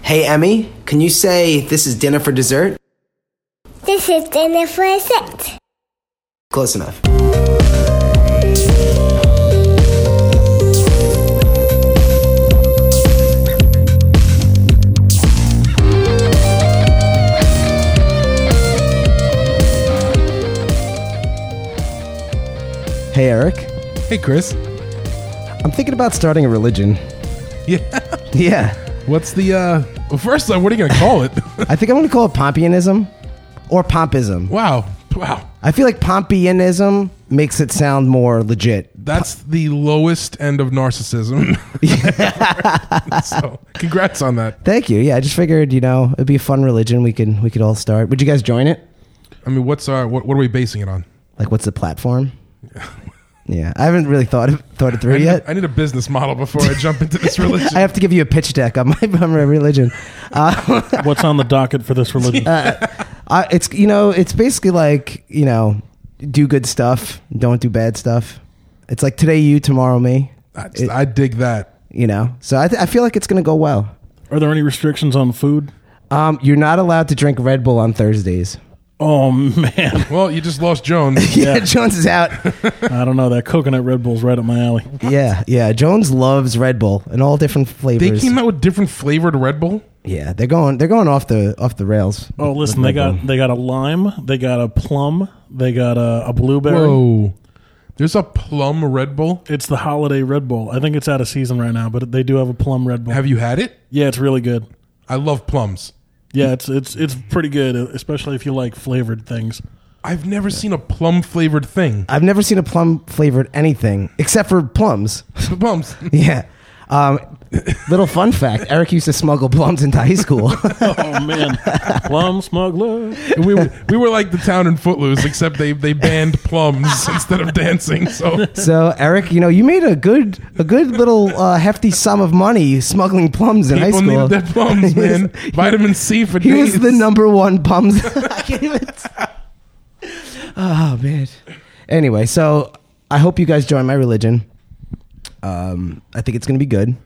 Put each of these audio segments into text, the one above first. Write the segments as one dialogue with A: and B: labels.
A: Hey, Emmy, can you say this is dinner for dessert?
B: This is dinner for a set.
A: Close enough.
C: Hey, Eric.
D: Hey, Chris.
C: I'm thinking about starting a religion.
D: Yeah.
C: Yeah.
D: What's the uh? Well, first off, what are you gonna call it?
C: I think I'm going to call it Pompeianism or Pompism.
D: wow, wow.
C: I feel like Pompeianism makes it sound more legit.
D: That's the lowest end of narcissism. so, congrats on that.
C: Thank you. Yeah, I just figured, you know, it'd be a fun religion. We could we could all start. Would you guys join it?
D: I mean, what's our what? What are we basing it on?
C: Like, what's the platform? Yeah, I haven't really thought of, thought it
D: I
C: through
D: need,
C: yet.
D: I need a business model before I jump into this religion.
C: I have to give you a pitch deck on my, on my religion. Uh,
E: What's on the docket for this religion?
D: Uh,
C: I, it's you know, it's basically like you know, do good stuff, don't do bad stuff. It's like today you, tomorrow me.
D: I, I dig that.
C: You know, so I, th- I feel like it's gonna go well.
E: Are there any restrictions on food?
C: Um, you're not allowed to drink Red Bull on Thursdays.
E: Oh man,
D: Well, you just lost Jones.
C: Yeah, Jones is out.
E: I don't know. That coconut Red Bull's right up my alley.
C: yeah, yeah. Jones loves Red Bull in all different
D: They
C: flavors.
D: came out with different flavored Red Bull.
C: yeah, they're going they're going off the off the rails.
E: Oh,
C: with-
E: listen,
C: with
E: they
C: Red Bull.
E: got they got a lime, they got a plum, they got a, a blueberry.
D: Whoa. There's a plum Red Bull.
E: It's the holiday Red Bull. I think it's out of season right now, but they do have a plum Red Bull.
D: Have you had it?
E: yeah, it's really good.
D: I love plums.
E: Yeah, it's it's it's pretty good, especially if you like flavored things.
D: I've never seen a plum flavored thing.
C: I've never seen a plum flavored anything except for plums.
D: Plums.
C: yeah. Um, little fun fact: Eric used to smuggle plums into high school.
E: Oh man, plum smuggler.
D: we, were, we were like the town in Footloose, except they, they banned plums instead of dancing. So
C: so Eric, you know, you made a good a good little uh, hefty sum of money smuggling plums in high
D: people
C: school.
D: needed their plums,
C: He was-
D: man. Vitamin C for
C: He
D: days.
C: was the number one plums. I can't even. Oh man. Anyway, so I hope you guys join my religion. Um, I think it's gonna be good.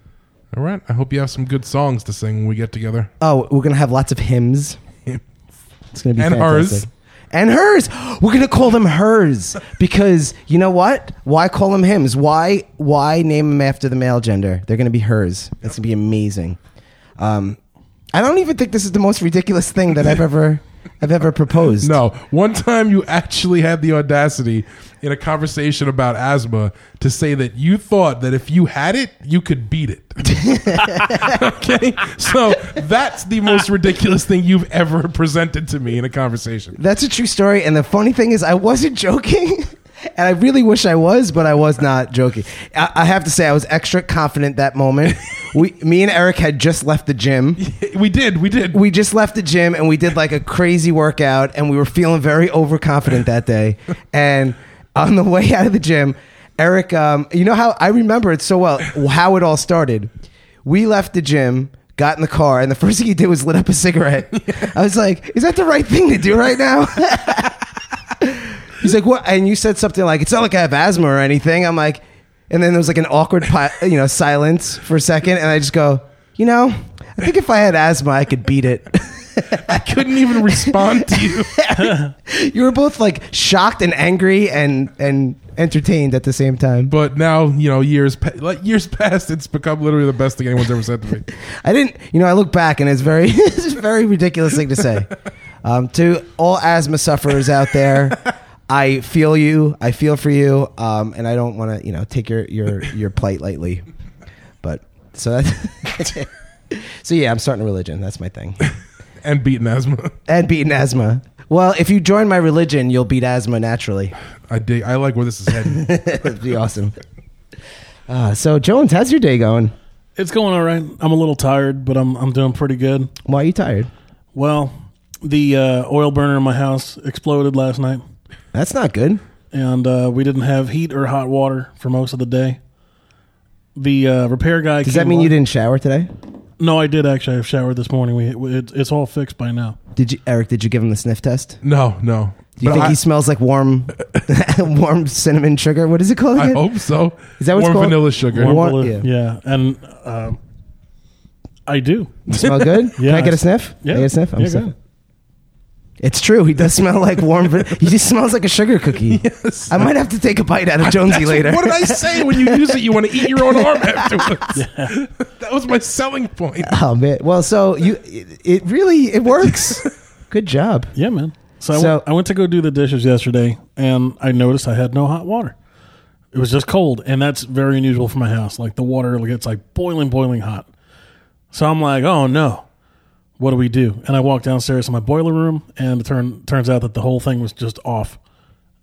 D: All right. I hope you have some good songs to sing when we get together.
C: Oh, we're gonna have lots of hymns. It's gonna be
D: And hers.
C: fantastic. And hers. We're gonna call them hers because you know what? Why call them hymns? Why why name them after the male gender? They're gonna be hers. That's gonna be amazing. Um, I don't even think this is the most ridiculous thing that I've ever I've ever proposed.
D: No, one time you actually had the audacity in a conversation about asthma to say that you thought that if you had it, you could beat it. okay? So that's the most ridiculous thing you've ever presented to me in a conversation.
C: That's a true story. And the funny thing is, I wasn't joking. And I really wish I was, but I was not joking. I, I have to say, I was extra confident that moment. We, me and Eric had just left the gym.
D: We did. We did.
C: We just left the gym and we did like a crazy workout, and we were feeling very overconfident that day. And on the way out of the gym, Eric, um, you know how I remember it so well how it all started. We left the gym, got in the car, and the first thing he did was lit up a cigarette. I was like, "Is that the right thing to do right now?" He's like, what? And you said something like, it's not like I have asthma or anything. I'm like, and then there was like an awkward, pi- you know, silence for a second. And I just go, you know, I think if I had asthma, I could beat it.
D: I couldn't even respond to you.
C: you were both like shocked and angry and, and entertained at the same time. But
D: But now, you know, years pa- like years past, it's become literally the best thing anyone's ever said to me.
C: I didn't, you know, I look back and it's very, it's a very ridiculous thing to say. Um, to all asthma sufferers out there, I feel you. I feel for you. Um, and I don't want to, you know, take your, your, your plight lightly. But so that, so yeah, I'm starting a religion. That's my thing.
D: And beaten asthma.
C: And beating asthma. Well, if you join my religion, you'll beat asthma naturally.
D: I dig. I like where this is heading.
C: That'd be awesome. Uh, so Jones, how's your day going?
E: It's going all right. I'm a little tired, but I'm I'm doing pretty good.
C: Why are you tired?
E: Well, the uh, oil burner in my house exploded last night,
C: That's not good.
E: and uh, we didn't have heat or hot water for most of the day. The uh, repair guy.
C: Does that mean you didn't shower today?
E: No, I did actually. I showered this morning. We it, it's all fixed by now.
C: Did you, Eric? Did you give him the sniff test?
D: No, no.
C: Do you
D: But
C: think
D: I,
C: he smells like warm, warm cinnamon sugar? What is it called
D: I
C: again?
D: hope so.
C: Is that what's
D: Warm
C: called?
D: vanilla sugar?
C: Warm-
E: Warm blue-
C: yeah.
E: yeah. and uh, I do.
C: Smell good? Can I get a sniff? Can
E: Yeah.
C: I get a sniff?
E: Yeah, go
C: sniffing.
E: ahead.
C: It's true. He does smell like warm. Van- he just smells like a sugar cookie. I might have to take a bite out of Jonesy
D: That's-
C: later.
D: What did I say? When you use it, you want to eat your own arm afterwards. that was my selling point.
C: Oh man. Well, so you, it, it really it works. Good job.
E: Yeah, man. So, I
C: So-
E: went- I went to go do the dishes yesterday, and I noticed I had no hot water. It was just cold, and that's very unusual for my house. Like the water gets like boiling, boiling hot. So I'm like, oh no, what do we do? And I walked downstairs to my boiler room, and it turn, turns out that the whole thing was just off.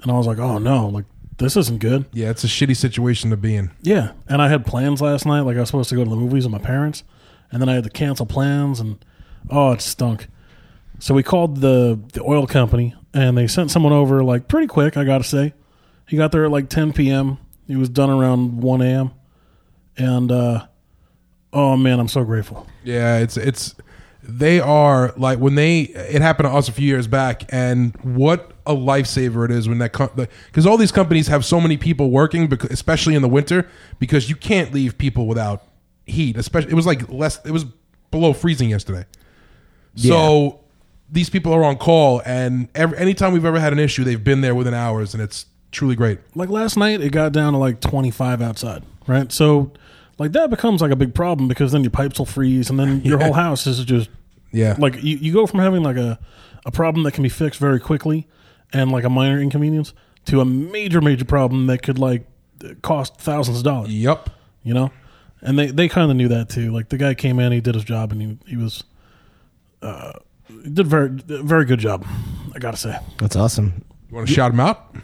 E: And I was like, oh no, like this isn't good.
D: Yeah, it's a shitty situation to be in.
E: Yeah, and I had plans last night. Like I was supposed to go to the movies with my parents, and then I had to cancel plans, and oh, it stunk. So we called the the oil company, and they sent someone over like pretty quick. I gotta say, he got there at like 10 p.m. He was done around 1 a.m. And uh, oh man, I'm so grateful.
D: Yeah, it's it's they are like when they it happened to us a few years back, and what a lifesaver it is when that because all these companies have so many people working, because, especially in the winter, because you can't leave people without heat. Especially it was like less it was below freezing yesterday, so. These people are on call, and every, anytime we've ever had an issue, they've been there within hours, and it's truly great.
E: Like last night, it got down to like 25 outside, right? So like that becomes like a big problem because then your pipes will freeze, and then your whole house is just
D: Yeah,
E: like you, you go from having like a, a problem that can be fixed very quickly and like a minor inconvenience to a major major problem that could like cost thousands of dollars
D: yep,
E: you know and they they kind of knew that too like the guy came in he did his job and he, he was uh he did very very good job i gotta say
C: That's awesome.
D: you want to shout them out?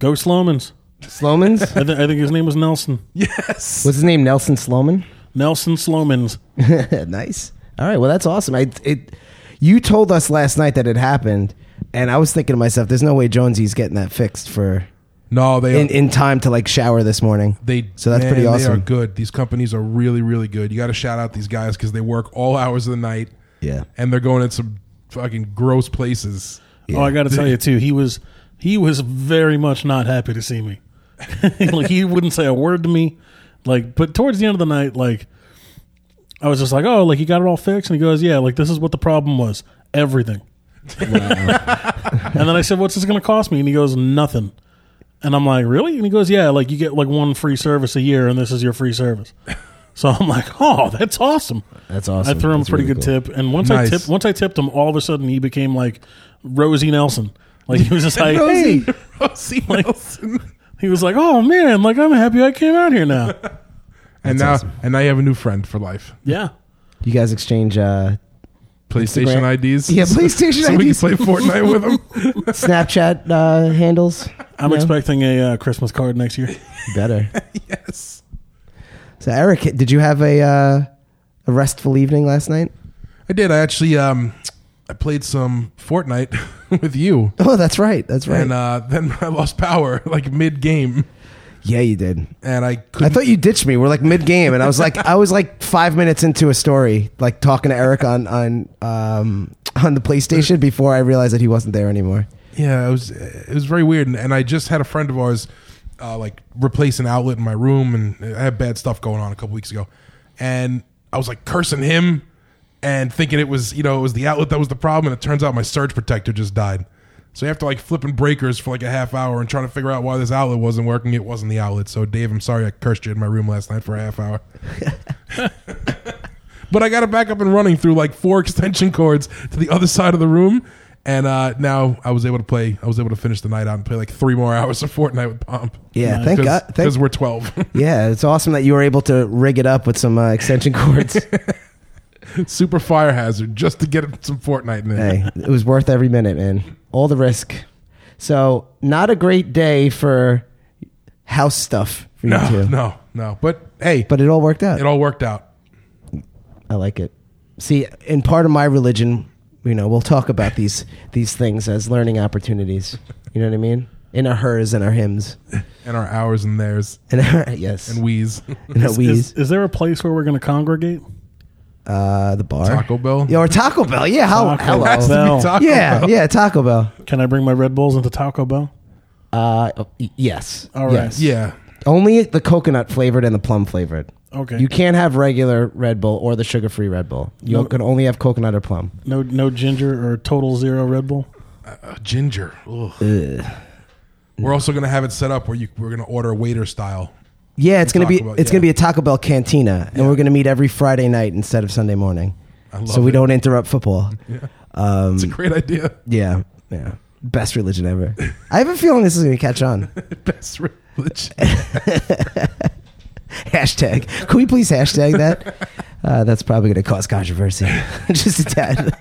E: go slomans
C: Slomans.
E: I, th- I think his name was nelson
D: Yes,
C: What's his name? Nelson Sloman.
E: nelson slomans
C: nice. All right. Well, that's awesome. I it. You told us last night that it happened, and I was thinking to myself, "There's no way Jonesy's getting that fixed for
D: no, they
C: in, in time to like shower this morning."
D: They
C: so that's
D: man,
C: pretty
D: They are
C: awesome.
D: good. These companies are really really good. You got to shout out these guys because they work all hours of the night.
C: Yeah.
D: and they're going in some fucking gross places.
E: Oh, I got to tell you too. He was he was very much not happy to see me. like he wouldn't say a word to me. Like, but towards the end of the night, like I was just like, oh, like you got it all fixed, and he goes, yeah, like this is what the problem was, everything. and then I said, what's this going to cost me? And he goes, nothing. And I'm like, really? And he goes, yeah, like you get like one free service a year, and this is your free service. So I'm like, oh, that's awesome.
C: That's awesome.
E: I threw him a
C: That's
E: pretty
C: really
E: good
C: cool.
E: tip, and once
D: Nice.
E: I tipped, once I tipped him, all of a sudden he became like Rosie Nelson. Like he was just like,
D: Rosie,
E: hey.
D: Rosie Nelson.
E: he was like, oh man, like I'm happy I came out here now.
D: And now, and now you have a new friend for life.
E: yeah,
C: You guys exchange uh,
D: PlayStation
C: Instagram.
D: IDs.
C: Yeah, PlayStation
D: so we can
C: IDs.
D: play Fortnite with them.
C: Snapchat uh, handles.
E: I'm
C: No?
E: expecting a uh, Christmas card next year.
C: better.
D: yes.
C: So Eric, did you have a uh, a restful evening last night?
D: I did. I actually, um, I played some Fortnite with you,
C: Oh, that's right. That's right.
D: and uh, then I lost power like mid game,
E: uh,
C: yeah, you did.
D: and I
C: I
D: couldn't.
C: thought you ditched me. We're like mid game, and I was like, I was like five minutes into a story, like talking to Eric on on um, on the PlayStation before I realized that he wasn't there anymore.
D: Yeah, it was it was very weird, and, and I just had a friend of ours uh, like replace an outlet in my room, and I had bad stuff going on a couple weeks ago, and I was like cursing him and thinking it was you know it was the outlet that was the problem, and it turns out my surge protector just died. So after like flipping breakers for like a half hour and trying to figure out why this outlet wasn't working, it wasn't the outlet. So Dave, I'm sorry I cursed you in my room last night for a half hour. But I got it back up and running through like four extension cords to the other side of the room. And uh, now I was able to play. I was able to finish the night out and play like three more hours of Fortnite with Pomp.
C: Yeah, thank God. Thank,
D: Because we're 12.
C: yeah, it's awesome that you were able to rig it up with some uh, extension cords.
D: Super fire hazard just to get some Fortnite in there.
C: hey, it was worth every minute, man. All the risk. So, not a great day for house stuff for you
D: No,
C: two.
D: no, no. But hey,
C: But it all worked out.
D: it all worked out.
C: I like it. See, in part of my religion, you know, we'll talk about these these things as learning opportunities. You know what I mean? In our hers and our hymns.
D: And our hours and theirs
C: And our, yes.
D: and wheeze.
C: and our
E: Is,
C: we's.
E: is there a place where we're going to congregate?
C: Uh, the bar.
D: Taco Bell.
C: Yeah, or Taco Bell. Yeah, how,
E: Taco
C: hello.
E: Bell. Well,
D: Taco
C: Yeah,
D: Bell.
C: yeah, Taco Bell.
E: Can I bring my Red Bulls into Taco Bell?
C: Uh, y- yes.
E: All right.
C: Yes.
D: Yeah.
C: Only the coconut flavored and the plum flavored.
E: Okay.
C: You can't have regular Red Bull or the sugar free Red Bull. You
E: No.
C: can only have coconut or plum.
E: No, no ginger or total zero Red Bull.
D: Uh, ginger. Ugh. We're also gonna have it set up where you we're gonna order waiter style.
C: Yeah, it's gonna be
D: Taco Bell,
C: it's
D: yeah.
C: gonna be a Taco Bell cantina, and we're gonna meet every Friday night instead of Sunday morning,
D: I love
C: so we
D: it.
C: don't interrupt football.
D: Yeah.
C: Um,
D: It's a great idea.
C: yeah, yeah, best religion ever. I have a feeling this is gonna catch on.
D: Best religion.
C: hashtag. Can we please hashtag that? Uh, that's probably gonna cause controversy, just a tad.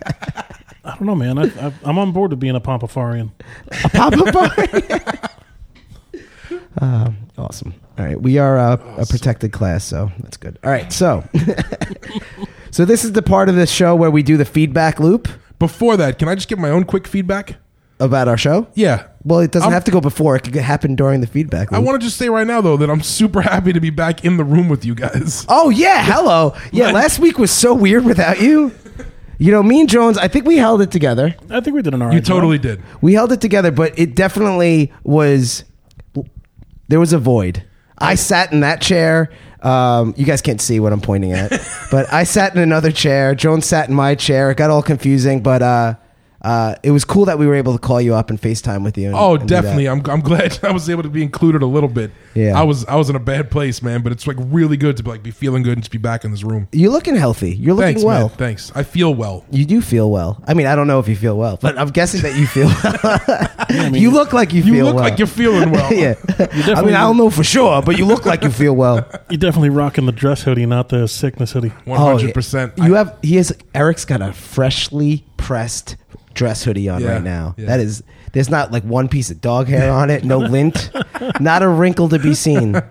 E: I don't know, man. I, I, I'm on board with being a Pompafarian.
C: a pop up um, awesome. All right, we are uh, a protected class, so that's good. All right, so so this is the part of the show where we do the feedback loop
D: Before that, can I just give my own quick feedback?
C: about our show.
D: Yeah.
C: Well, it doesn't
D: I'm-
C: have to go before. It could happen during the feedback.
D: I
C: loop.
D: want to just say right now though that I'm super happy to be back in the room with you guys.
C: Oh yeah, hello. Yeah,
D: What?
C: last week was so weird without you. You know, me and Jones, I think we held it together.
E: I think we did an alright.
D: You totally did.
C: We held it together, but it definitely was there was a void. I sat in that chair. Um, you guys can't see what I'm pointing at, but I sat in another chair. Jones sat in my chair. It got all confusing, but uh, uh, it was cool that we were able to call you up and FaceTime with you. and-
D: Oh,
C: and do that.
D: definitely. I'm, I'm glad I was able to be included a little bit.
C: Yeah.
D: I was I was in a bad place, man, but it's like really good to like be feeling good and just be back in this room.
C: You're looking healthy. You're looking
D: Thanks,
C: well.
D: man. Thanks. I feel well.
C: You do feel well. I mean, I don't know if you feel well, but I'm guessing that you feel well. you look like you,
D: You
C: feel
D: look
C: well.
D: like you're feeling well.
C: yeah. I
E: definitely-
C: mean, I don't know for sure, but you look like you feel well.
E: You're definitely rocking the dress hoodie, not the sickness hoodie.
D: One hundred percent.
C: Oh, You have he has Eric's got a freshly pressed dress hoodie on
D: Yeah,
C: right now.
D: yeah.
C: That is there's not like one piece of dog hair on it, no lint, not a wrinkle to be seen.
D: The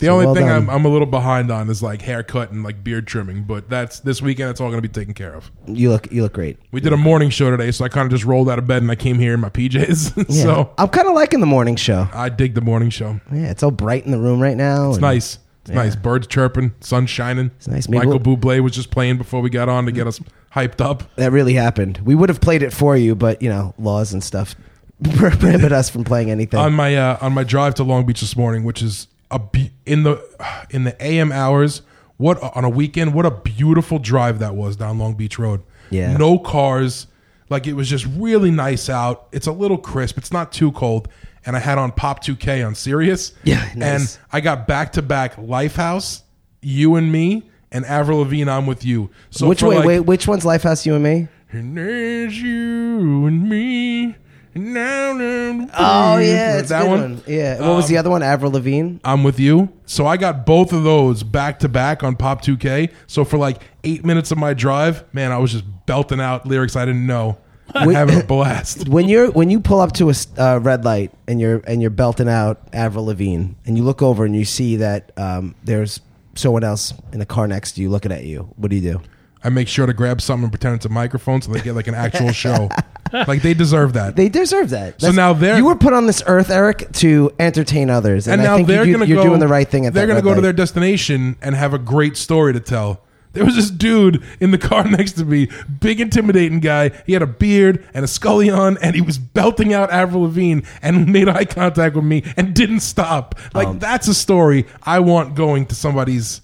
C: So
D: only
C: well
D: thing
C: done.
D: I'm, I'm a little behind on is like haircut and like beard trimming, but that's this weekend. It's all going to be taken care of.
C: You look you look great.
D: We did a morning show today, so I kind of just rolled out of bed and I came here in my PJs.
C: Yeah.
D: so
C: I'm kind of liking the morning show.
D: I dig the morning show.
C: Yeah, it's all bright in the room right now.
D: It's nice. It's nice. Birds chirping, sun shining. It's
C: nice. Maybe
D: Michael Bublé was just playing before we got on to get us hyped up.
C: That really happened. We would have played it for you, but you know laws and stuff prohibit us from playing anything.
D: on my uh, on my drive to Long Beach this morning, which is a be- in the in the AM hours. What on a weekend? What a beautiful drive that was down Long Beach Road.
C: Yeah.
D: no cars. Like it was just really nice out. It's a little crisp. It's not too cold. And I had on Pop 2K on Sirius.
C: Yeah, nice.
D: And I got back to back Lifehouse, you and me, and Avril Lavigne. I'm with you. So
C: which
D: for
C: way?
D: like-
C: wait, which one's Lifehouse? You and me?
D: and there's you and me. and Now, now,
C: Oh yeah, it's
D: Mm,
C: a
D: that
C: good
D: one. Um,
C: Yeah. What was the other one? Avril Lavigne.
D: I'm with you. So I got both of those back to back on Pop 2K. So for like eight minutes of my drive, man, I was just belting out lyrics I didn't know. and
C: Wait-
D: having a blast.
C: when you're when you pull up to a s- uh, red light and you're and you're belting out Avril Lavigne and you look over and you see that um, there's someone else in the car next to you looking at you, what do you do?
D: I make sure to grab something and pretend it's a microphone so they get like an actual show. like they deserve that.
C: They deserve that.
D: So now they're-
C: you were put on this earth, Eric, to entertain others, and,
D: and
C: I
D: now
C: think
D: they're
C: you
D: going to
C: are
D: go.
C: doing the right thing. At
D: they're
C: going
D: gonna go to their destination and have a great story to tell. There was this dude in the car next to me, big intimidating guy. He had a beard and a scully on, and he was belting out Avril Lavigne and made eye contact with me and didn't stop. Like
C: Um,
D: that's a story I want going to somebody's.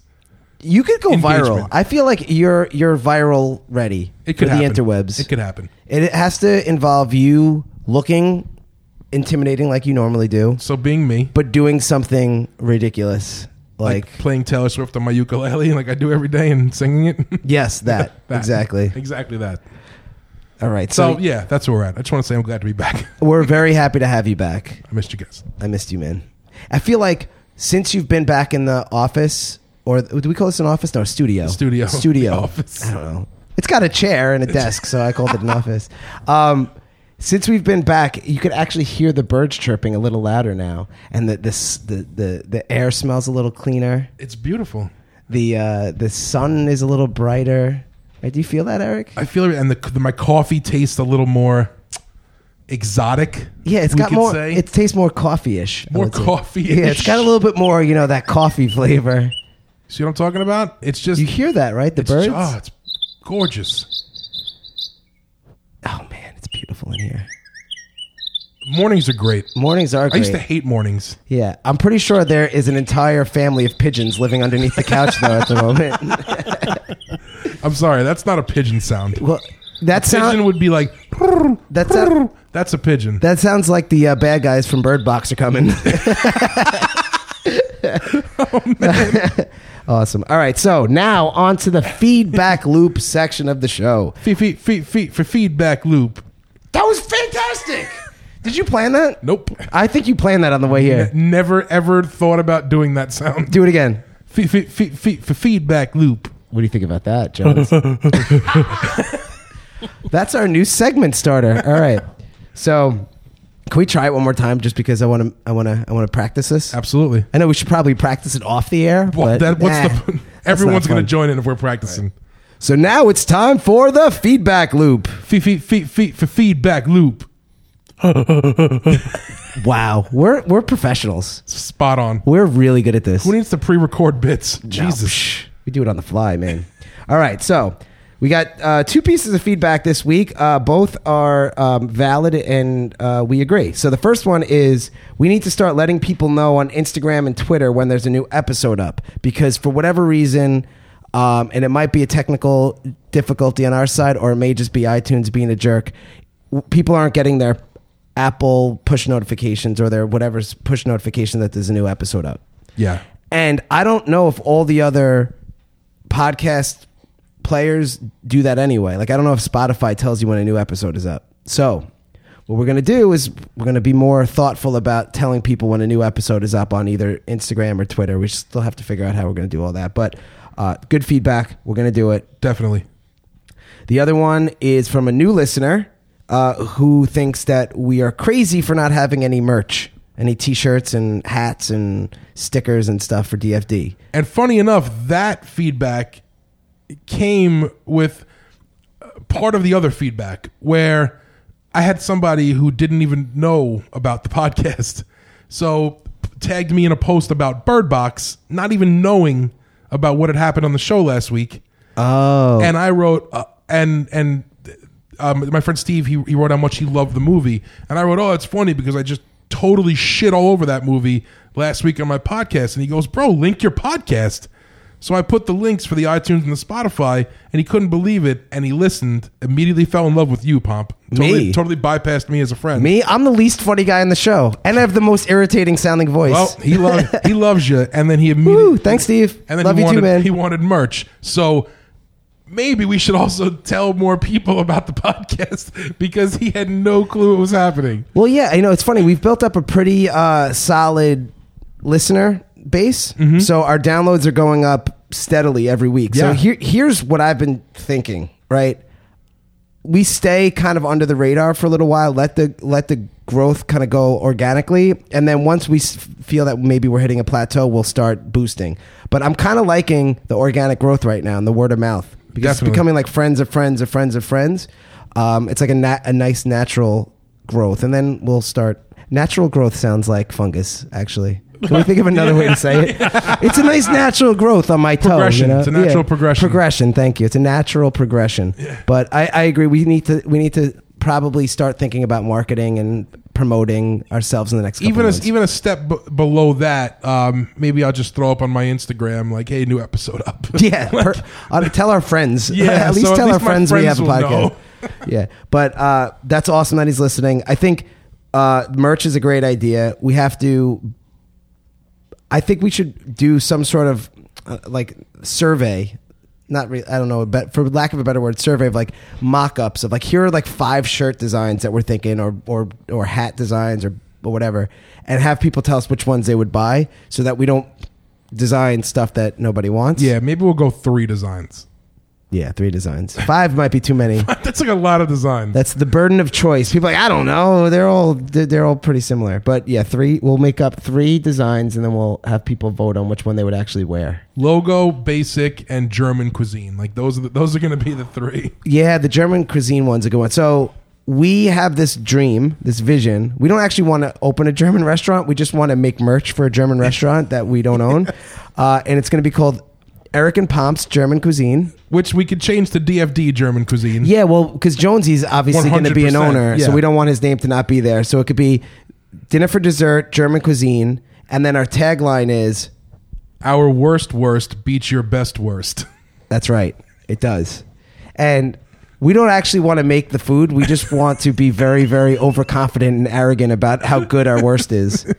C: You could go viral.
D: engagement.
C: I feel like you're you're viral ready
D: It could
C: for
D: happen.
C: the interwebs.
D: It could happen.
C: It it has to involve you looking intimidating like you normally do,
D: So being me,
C: but doing something ridiculous like
D: playing Taylor Swift on my ukulele like I do every day and singing it.
C: Yes, that,
D: That.
C: exactly.
D: exactly that.
C: All right, so,
D: So yeah, that's where we're at. I just want to say I'm glad to be back.
C: we're very happy to have you back.
D: I missed you guys.
C: I missed you, man. I feel like since you've been back in the office, or do we call this an office? No, studio.
D: Studio.
C: Studio.
D: The office.
C: I don't know. It's got a chair and a desk, so I called it an office. Um, since we've been back, you could actually hear the birds chirping a little louder now, and the this, the, the the air smells a little cleaner.
D: It's beautiful.
C: The uh, the sun is a little brighter. Right, do you feel that, Eric?
D: I feel it, and the, the my coffee tastes a little more exotic.
C: Yeah, it's
D: we
C: got
D: could
C: more.
D: say.
C: It tastes more coffee-ish. I
D: More
C: would say.
D: coffee-ish.
C: Yeah, it's got a little bit more. You know that coffee flavor.
D: See what I'm talking about? It's just
C: You hear that, right? The
D: it's,
C: birds.
D: Oh, it's gorgeous.
C: Oh man, it's beautiful in here.
D: mornings are great.
C: Mornings are
D: I
C: great.
D: used to hate mornings.
C: yeah, I'm pretty sure there is an entire family of pigeons living underneath the couch though at the moment.
D: I'm sorry, that's not a pigeon sound.
C: Well, that sounds
D: pigeon would be like
C: That's a-
D: that's a pigeon.
C: that sounds like the uh, bad guys from Bird Box are coming.
D: Oh,
C: awesome. All right, so now on to the feedback loop section of the show.
D: feet, feet, feet, feet for feedback loop.
C: That was fantastic. Did you plan that?
D: Nope.
C: I think you planned that on the way here.
D: Never ever thought about doing that sound.
C: Do it again.
D: Feet, feet, feet, feet for feedback loop.
C: What do you think about that, Jonas? That's our new segment starter. All right. So, can we try it one more time? Just because I want to, I want to, I want to practice this.
D: Absolutely.
C: I know we should probably practice it off the air.
D: Well,
C: but
D: that, what's
C: nah,
D: the,
C: that's
D: everyone's
C: not
D: going
C: fun.
D: to join in if we're practicing.
C: So now it's time for the feedback loop.
D: Feet, feet, feet, feet for feedback loop.
C: Wow, we're we're professionals.
D: Spot on.
C: We're really good at this.
D: Who needs to pre-record bits? Jesus.
C: Psh, we do it on the fly, man. All right, so we got uh, two pieces of feedback this week. Uh, both are um, valid and uh, we agree. So the first one is we need to start letting people know on Instagram and Twitter when there's a new episode up because for whatever reason, um, and it might be a technical difficulty on our side or it may just be iTunes being a jerk, w- people aren't getting their Apple push notifications or their whatever's push notification that there's a new episode up.
D: Yeah.
C: And I don't know if all the other podcast players do that anyway. Like, I don't know if Spotify tells you when a new episode is up. So, what we're going to do is we're going to be more thoughtful about telling people when a new episode is up on either Instagram or Twitter. We still have to figure out how we're going to do all that. But uh, good feedback. We're going to do it.
D: Definitely.
C: The other one is from a new listener uh, who thinks that we are crazy for not having any merch, any t shirts and hats and stickers and stuff for DFD.
D: And funny enough, that feedback came with uh, part of the other feedback where I had somebody who didn't even know about the podcast. So tagged me in a post about Bird Box, not even knowing about what had happened on the show last week.
C: Oh.
D: and I wrote uh, and and um, my friend Steve he, he wrote how much he loved the movie, and I wrote, oh, it's funny because I just totally shit all over that movie last week on my podcast, and he goes, bro, link your podcast. So I put the links for the iTunes and the Spotify, and he couldn't believe it, and he listened, immediately fell in love with you, Pomp. Totally,
C: Me?
D: totally bypassed me as a friend.
C: Me, I'm the least funny guy in the show, and I have the most irritating sounding voice.
D: Well, he loves he loves you, and then he immediately
C: Woo, thanks, Steve.
D: And then
C: Love
D: he
C: you too,
D: wanted
C: man.
D: he wanted merch. So maybe we should also tell more people about the podcast because he had no clue what was happening.
C: well, yeah, you know it's funny. We've built up a pretty uh, solid listener base, so our downloads are going up steadily every week. So
D: Mm-hmm. Yeah.
C: here, here's what I've been thinking. Right, we stay kind of under the radar for a little while. Let the let the growth kind of go organically, and then once we s- feel that maybe we're hitting a plateau, we'll start boosting. But I'm kind of liking the organic growth right now and the word of mouth because
D: Definitely.
C: it's becoming like friends of friends of friends of friends. Um, it's like a na- a nice natural growth, and then we'll start. Natural growth sounds like fungus, actually. Can we think of another way to say it? It's a nice natural growth on my toe. you
D: Progression.
C: know?
D: It's a natural progression.
C: Progression progression. Thank you. It's a natural progression. But I, I agree. We need to we need to probably start thinking about marketing and promoting ourselves in the next couple
D: Even
C: months.
D: a, even a step b- below that, um, maybe I'll just throw up on my Instagram like, "Hey, new episode up."
C: yeah, per, uh, tell our friends.
D: Yeah,
C: at least
D: so at
C: tell
D: least
C: our
D: my
C: friends, we
D: friends
C: have a
D: will know.
C: podcast. yeah, but uh, that's awesome that he's listening. I think uh, merch is a great idea. We have to. I think we should do some sort of uh, like survey. Not really, I don't know, but for lack of a better word, survey of like mock-ups of like here are like five shirt designs that we're thinking, or or or hat designs, or, or whatever, and have people tell us which ones they would buy, so that we don't design stuff that nobody wants.
D: yeah, maybe we'll go three designs.
C: Yeah, three designs. Five might be too many.
D: That's like a lot of designs.
C: That's the burden of choice. People are like I don't know. They're all they're they're all pretty similar. But yeah, three. We'll make up three designs, and then we'll have people vote on which one they would actually wear.
D: Logo, basic, and German cuisine. Like those are the, those are going to be the three.
C: Yeah, the German cuisine one's a good one. So we have this dream, this vision. We don't actually want to open a German restaurant. We just want to make merch for a German restaurant that we don't own, uh, and it's going to be called Eric and Pomp's German Cuisine.
D: which we could change to DFD German cuisine.
C: Yeah, well, because Jonesy's obviously going to be an
D: 100%,
C: owner, so
D: yeah.
C: we don't want his name to not be there. So it could be dinner for dessert, German cuisine, and then our tagline is
D: Our worst worst beats your best worst.
C: that's right, it does. And we don't actually want to make the food. We just want to be very, very overconfident and arrogant about how good our worst is.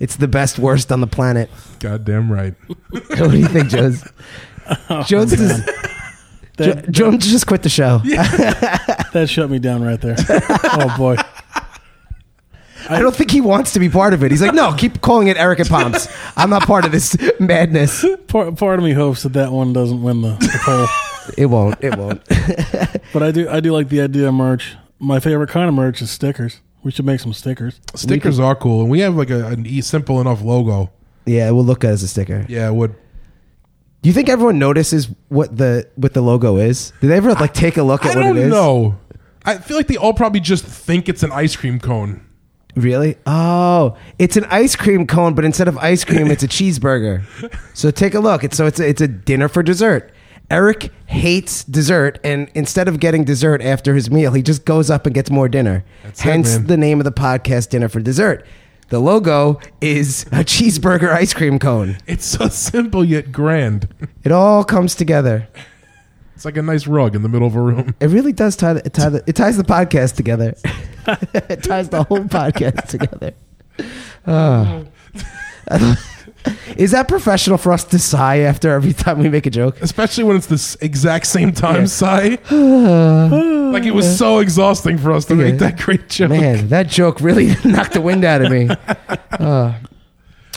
C: It's the best worst on the planet.
D: Goddamn right.
C: What do you think, Jones? Jones, is, Jo-
E: That,
C: Jones just quit the show.
E: that shut me down right there. oh boy.
C: I don't think he wants to be part of it. He's like, no, keep calling it Eric and Pomps. I'm not part of this madness.
E: Part, part of me hopes that that one doesn't win the, the poll,
C: It won't. It won't.
E: but I do. I do like the idea of merch. My favorite kind of merch is stickers. We should make some stickers.
D: Stickers are cool, and we have like a, an e simple enough logo.
C: yeah, we'll look at it as a sticker.
D: Yeah, it would
C: Do you think everyone notices what the what the logo is? Do they ever like take a look at
D: I
C: what
D: don't
C: it is?
D: know. I feel like they all probably just think it's an ice cream cone.
C: Really? Oh, it's an ice cream cone, but instead of ice cream, it's a cheeseburger. So take a look. It's so it's a, it's a dinner for dessert. Eric hates dessert, and instead of getting dessert after his meal, he just goes up and gets more dinner.
D: That's it,
C: Hence
D: man.
C: the name of the podcast, Dinner for Dessert. The logo is a cheeseburger ice cream cone.
D: It's so simple yet grand.
C: It all comes together.
D: It's like a nice rug in the middle of a room.
C: It really does tie the, tie the it ties the podcast together. it ties the whole podcast together. Ah. Is that professional for us to sigh after every time we make a joke?
D: Especially when it's this exact same time, sigh. like it was so exhausting for us to
C: Yeah.
D: make that great joke.
C: Man, that joke really knocked the wind out of me. Ah.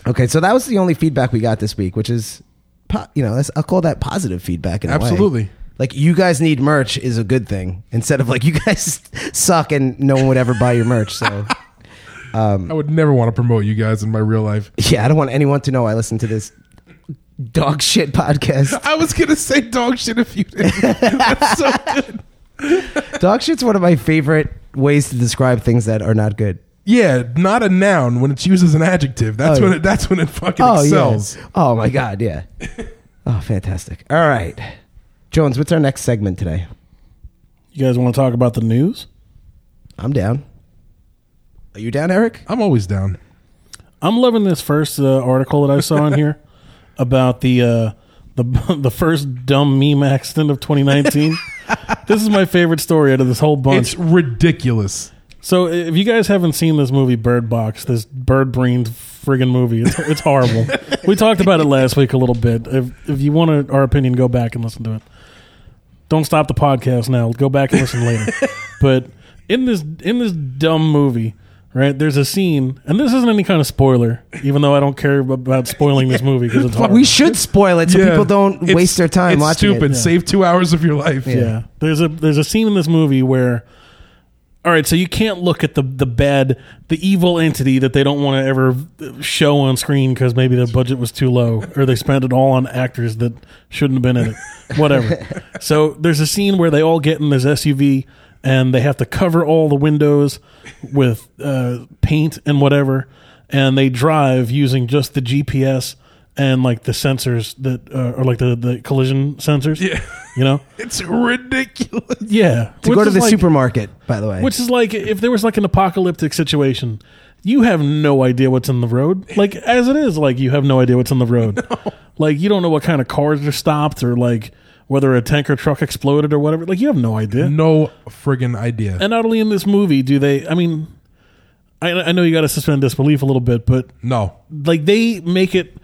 C: okay, so that was the only feedback we got this week, which is, po- you know, that's, I'll call that positive feedback. In a way.
D: Absolutely.
C: Like you guys need merch is a good thing instead of like you guys suck and no one would ever buy your merch. So.
D: I would never want to promote you guys in my real life.
C: Yeah, I don't want anyone to know I listen to this dog shit podcast.
D: I was gonna say dog shit if you didn't. That's so good.
C: dog shit's one of my favorite ways to describe things that are not good.
D: Yeah, not a noun when it's used as an adjective. That's
C: Oh,
D: when
C: yeah.
D: it, that's when it fucking excels.
C: yeah. Oh my god, yeah. Oh, fantastic. All right. Jones, what's our next segment today?
E: You guys want to talk about the news?
C: I'm down. Are you down, Eric?
D: I'm always down.
E: I'm loving this first uh, article that I saw in here about the uh, the the first dumb meme accident of 2019. this is my favorite story out of this whole bunch.
D: It's ridiculous.
E: so if you guys haven't seen this movie Bird Box, this bird brained friggin' movie, it's, it's horrible. we talked about it last week a little bit. If if you want our opinion, go back and listen to it. Don't stop the podcast now. Go back and listen later. but in this in this dumb movie, right? There's a scene, and this isn't any kind of spoiler, even though I don't care ab- about spoiling this movie because it's horrible.
C: We should spoil it so
D: Yeah.
C: people don't
D: It's-
C: waste their time
D: it's
C: watching
D: stupid.
C: it.
D: Save two hours of your life.
E: yeah. There's a there's a scene in this movie where all right, so you can't look at the the bad, the evil entity that they don't want to ever show on screen because maybe the budget was too low or they spent it all on actors that shouldn't have been in it. Whatever. so there's a scene where they all get in this SUV and they have to cover all the windows with uh, paint and whatever, and they drive using just the GPS and like the sensors that uh, or like the the collision sensors.
D: Yeah.
E: you know.
D: It's ridiculous.
E: Yeah.
C: To go to the supermarket, by the way.
E: Which is like if there was like an apocalyptic situation, you have no idea what's in the road. Like as it is, like you have no idea what's in the road. Like you don't know what kind of cars are stopped or like whether a tanker truck exploded or whatever. Like you have no idea.
D: No friggin' idea.
E: And not only in this movie do they I mean I, I know you got to suspend disbelief a little bit, but
D: no.
E: like they make it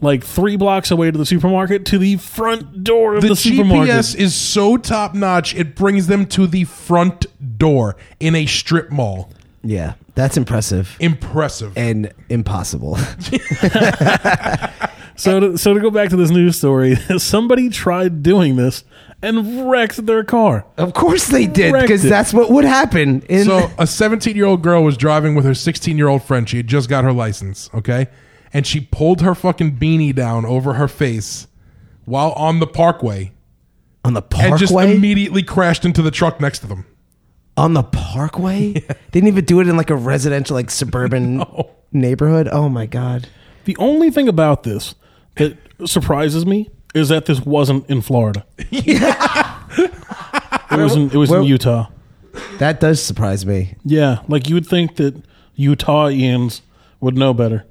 E: like three blocks away to the supermarket to the front door of
D: The,
E: the, supermarket.
D: GPS is so top notch, it brings them to the front door in a strip mall.
C: yeah. That's impressive
D: Impressive.
C: and impossible.
E: So to, so to go back to this news story, somebody tried doing this and wrecked their car.
C: of course they did because
E: Wrecked it.
C: that's what would happen in
D: So a 17 year old girl was driving with her 16 year old friend. She had just got her license, okay? And she pulled her fucking beanie down over her face while on the parkway
C: on the
D: and just
C: parkway.
D: immediately crashed into the truck next to them.
C: on the parkway they didn't even do it in like a residential like suburban neighborhood oh my god
E: The only thing about this that surprises me is that this wasn't in Florida. it was in, it was
C: Where-
E: in Utah.
C: That does surprise me.
E: Yeah, like you would think that Utahians would know better.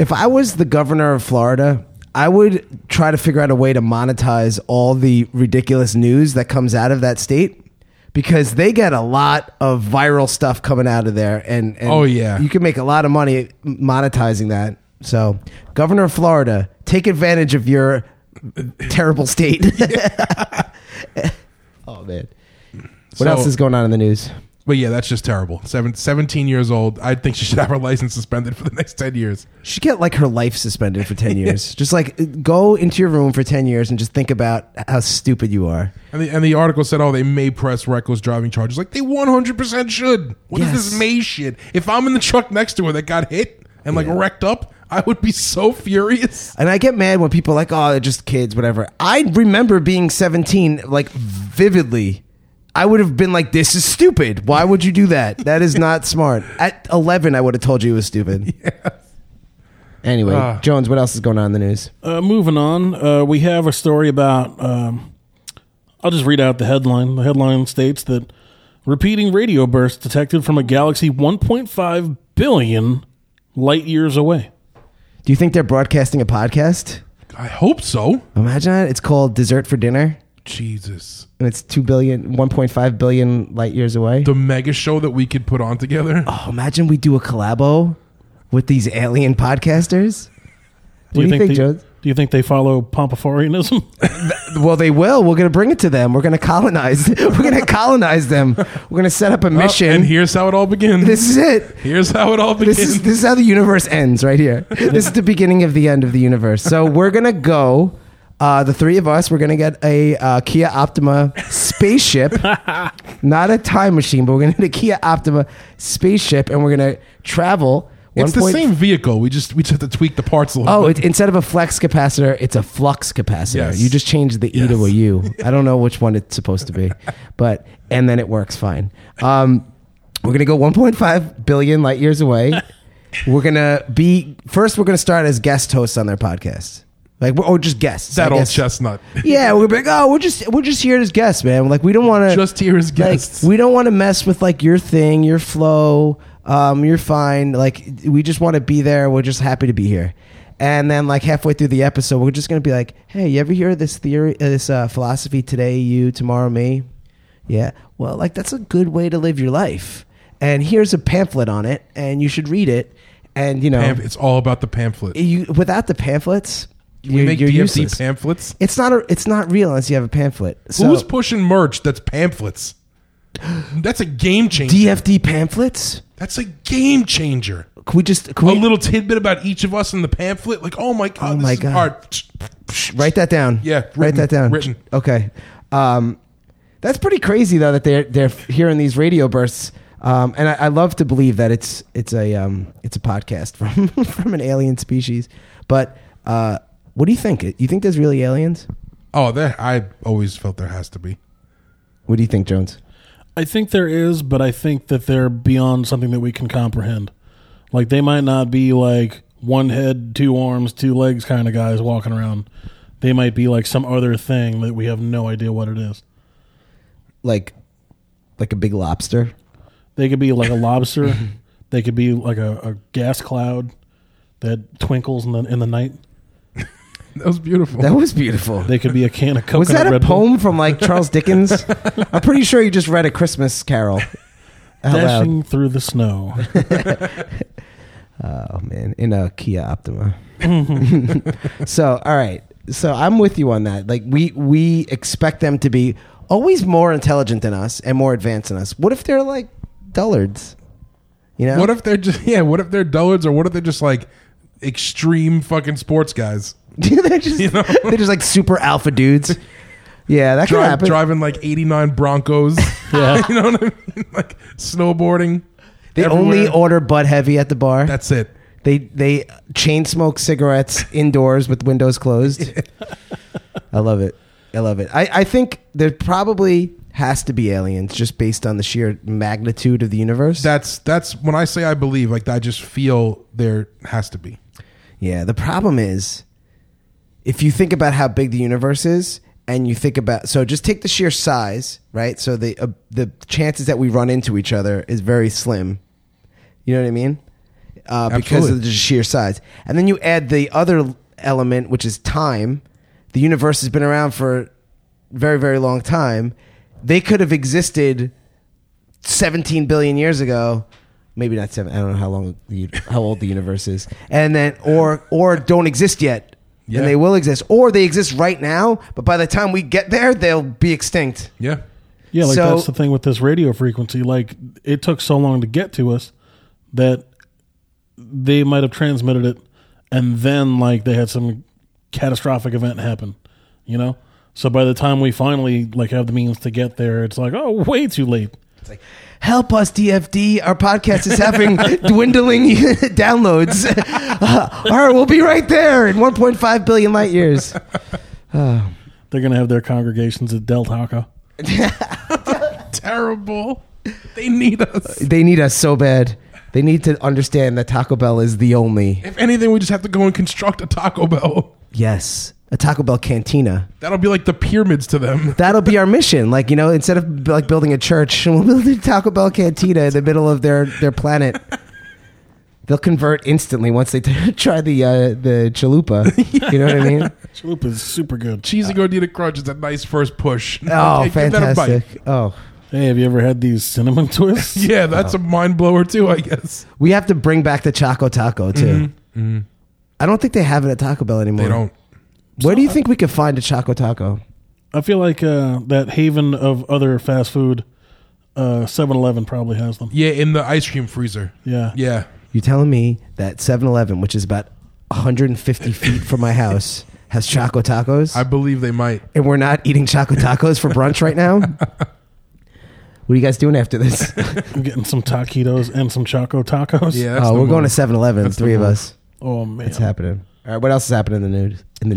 C: If I was the governor of Florida, I would try to figure out a way to monetize all the ridiculous news that comes out of that state because they get a lot of viral stuff coming out of there. And, and
D: Oh, yeah.
C: You can make a lot of money monetizing that. So, governor of Florida, take advantage of your terrible state. oh, man. What
D: So-
C: else is going on in the news?
D: But yeah, that's just terrible. Seven, 17 years old. I think she should have her license suspended for the next 10 years.
C: She get like her life suspended for 10 years. Just like go into your room for 10 years and just think about how stupid you are.
D: And the, and the article said, oh, they may press reckless driving charges. Like, they 100% should. What is
C: Yes.
D: this may shit? If I'm in the truck next to her that got hit and like wrecked up, I would be so furious.
C: And I get mad when people are like, oh, they're just kids, whatever. I remember being 17, like vividly. I would have been like, this is stupid. Why would you do that? That is not smart. At 11, I would have told you it was stupid. Anyway,
D: Ah.
C: Jones, what else is going on in the news?
E: Uh, moving on, uh, we have a story about. Um, I'll just read out the headline. The headline states that repeating radio bursts detected from a galaxy 1.5 billion light years away.
C: Do you think they're broadcasting a podcast?
D: I hope so.
C: Imagine that. It's called Dessert for Dinner.
D: Jesus.
C: And it's 2 billion, 1.5 billion light years away.
D: The mega show that we could put on together.
C: Oh, imagine we do a collabo with these alien podcasters. What do you think,
E: they,
C: Jones?
E: Do you think they follow Pompafarianism?
C: Well, they will. We're going to bring it to them. We're going to colonize. We're going to colonize them. We're going to set up a
D: Oh,
C: mission.
D: and here's how it all begins.
C: this is it.
D: here's how it all begins.
C: This is this is how the universe ends right here. This is the beginning of the end of the universe. So we're going to go. Uh, the three of us, we're going to get a uh, Kia Optima spaceship, not a time machine, but we're going to get a Kia Optima spaceship, and we're going to travel.
D: it's the
C: 1.
D: same vehicle. We just we just have to tweak the parts a little
C: Oh,
D: bit.
C: it, instead of a flex capacitor, it's a flux capacitor.
D: Yes.
C: You just change the E to a
D: Yes.
C: U. I don't know which one it's supposed to be, but and then it works fine. Um, we're gonna go 1.5 billion light years away. We're gonna be first. We're gonna start as guest hosts on their podcast, like or just guests.
D: that
C: I
D: old
C: guess.
D: chestnut.
C: Yeah, we're gonna be like, oh, we're just we're just here as guests, man. Like we don't want to
D: Just here as guests.
C: we don't want to mess with like your thing, your flow. Um, you're fine. Like we just want to be there. We're just happy to be here. And then like halfway through the episode, we're just gonna be like, hey, you ever hear this theory, uh, this uh, philosophy? Today you, tomorrow me. Yeah. Well, like that's a good way to live your life. And here's a pamphlet on it, and you should read it. And you know,
D: Pam- it's all about the pamphlet.
C: you without the pamphlets,
D: we
C: you're,
D: make
C: you're
D: DFD
C: useless.
D: pamphlets.
C: It's not a, it's not real unless you have a pamphlet. So
D: Who's pushing merch that's pamphlets? That's a game changer.
C: DFD pamphlets?
D: that's a game changer.
C: Can we just
D: A
C: can we
D: little tidbit about each of us in the pamphlet. Like, oh my god,
C: Oh
D: this
C: my
D: is
C: God.
D: hard.
C: write that down?
D: Yeah,
C: write
D: written,
C: that down.
D: written.
C: Okay, um, that's pretty crazy though that they're they're hearing these radio bursts. Um, and I, I love to believe that it's it's a um, it's a podcast from from an alien species. But uh, what do you think? You think there's really aliens?
D: Oh, there. I always felt there has to be.
C: What do you think, Jones?
E: I think there is, but I think that they're beyond something that we can comprehend. Like they might not be like one head, two arms, two legs kind of guys walking around. They might be like some other thing that we have no idea what it is.
C: Like like a big lobster?
E: They could be like a lobster. they could be like a, a gas cloud that twinkles in the in the night.
D: That was beautiful.
C: That was beautiful.
E: They could be a can of coconut.
C: Was that a
E: Red Bull.
C: poem from like Charles Dickens? I'm pretty sure you just read a Christmas carol. Out
E: Dashing
C: loud.
E: through the snow.
C: Oh man, in a Kia Optima. so all right, so I'm with you on that. Like we we expect them to be always more intelligent than us and more advanced than us. What if they're like dullards? You know,
D: What if they're just yeah? What if they're dullards or what if they're just like extreme fucking sports guys
C: they're just they're just like super alpha dudes. Yeah, that could
D: Drive,
C: happen.
D: driving like eighty nine Broncos?
E: Yeah.
D: you know what I mean? Like snowboarding.
C: they only
D: everywhere.
C: order butt heavy at the bar.
D: That's it.
C: They they chain smoke cigarettes indoors with windows closed. I love it. I love it. I, I think there probably has to be aliens just based on the sheer magnitude of the universe.
D: That's that's when I say I believe. Like I just feel there has to be.
C: yeah, the problem is if you think about how big the universe is and you think about so just take the sheer size right so the uh, the chances that we run into each other is very slim you know what i mean uh, because
D: Absolutely.
C: of the sheer size and then you add the other element which is time the universe has been around for very very long time they could have existed 17 billion years ago maybe not seven i don't know how long the, how old the universe is and then or or don't exist yet
D: Yeah.
C: and they will exist or they exist right now but by the time we get there they'll be extinct
D: Yeah.
E: Yeah, like
C: So-
E: that's the thing with this radio frequency. Like it took so long to get to us that they might have transmitted it, and then like they had some catastrophic event happen. You know, so by the time we finally like have the means to get there, it's like oh, way too late.
C: help us dfd our podcast is having dwindling downloads all right we'll be right there in 1.5 billion light years
E: They're gonna have their congregations at Del Taco.
D: Terrible. They need us.
C: they need us so bad they need to understand that taco bell is the only
D: If anything, we just have to go and construct a Taco Bell.
C: yes a taco bell cantina
D: That'll be like the pyramids to them.
C: That'll be our mission. Like you know, instead of like building a church, we'll build a Taco Bell cantina in the middle of their their planet. They'll convert instantly once they t- try the uh, the chalupa. You know what I mean?
E: Chalupa is super good.
D: Cheesy Gordita Crunch is a nice first push.
C: Oh,
D: Okay, give that a bite.
C: fantastic! Oh,
E: Hey, have you ever had these cinnamon twists?
D: Yeah, that's a mind blower too, I guess.
C: we have to bring back the Choco Taco too. I don't think they have it at Taco Bell anymore.
D: Mm-hmm. They don't.
C: Where do you think we could find a Choco Taco?
E: I feel like uh, that haven of other fast food, uh, 7-Eleven probably has them.
D: Yeah, in the ice cream freezer.
E: Yeah.
D: Yeah.
C: You're telling me that 7-Eleven, which is about 150 feet from my house, has Choco Tacos?
D: I believe they might.
C: and we're not eating choco tacos for brunch right now? What are you guys doing after this?
E: I'm getting some taquitos and some choco tacos.
D: Yeah, that's
C: Oh,
D: the
C: we're going
D: one.
C: to 7-Eleven, the three of us.
E: Oh man.
C: It's happening. All right, what else is happening in the nude? In the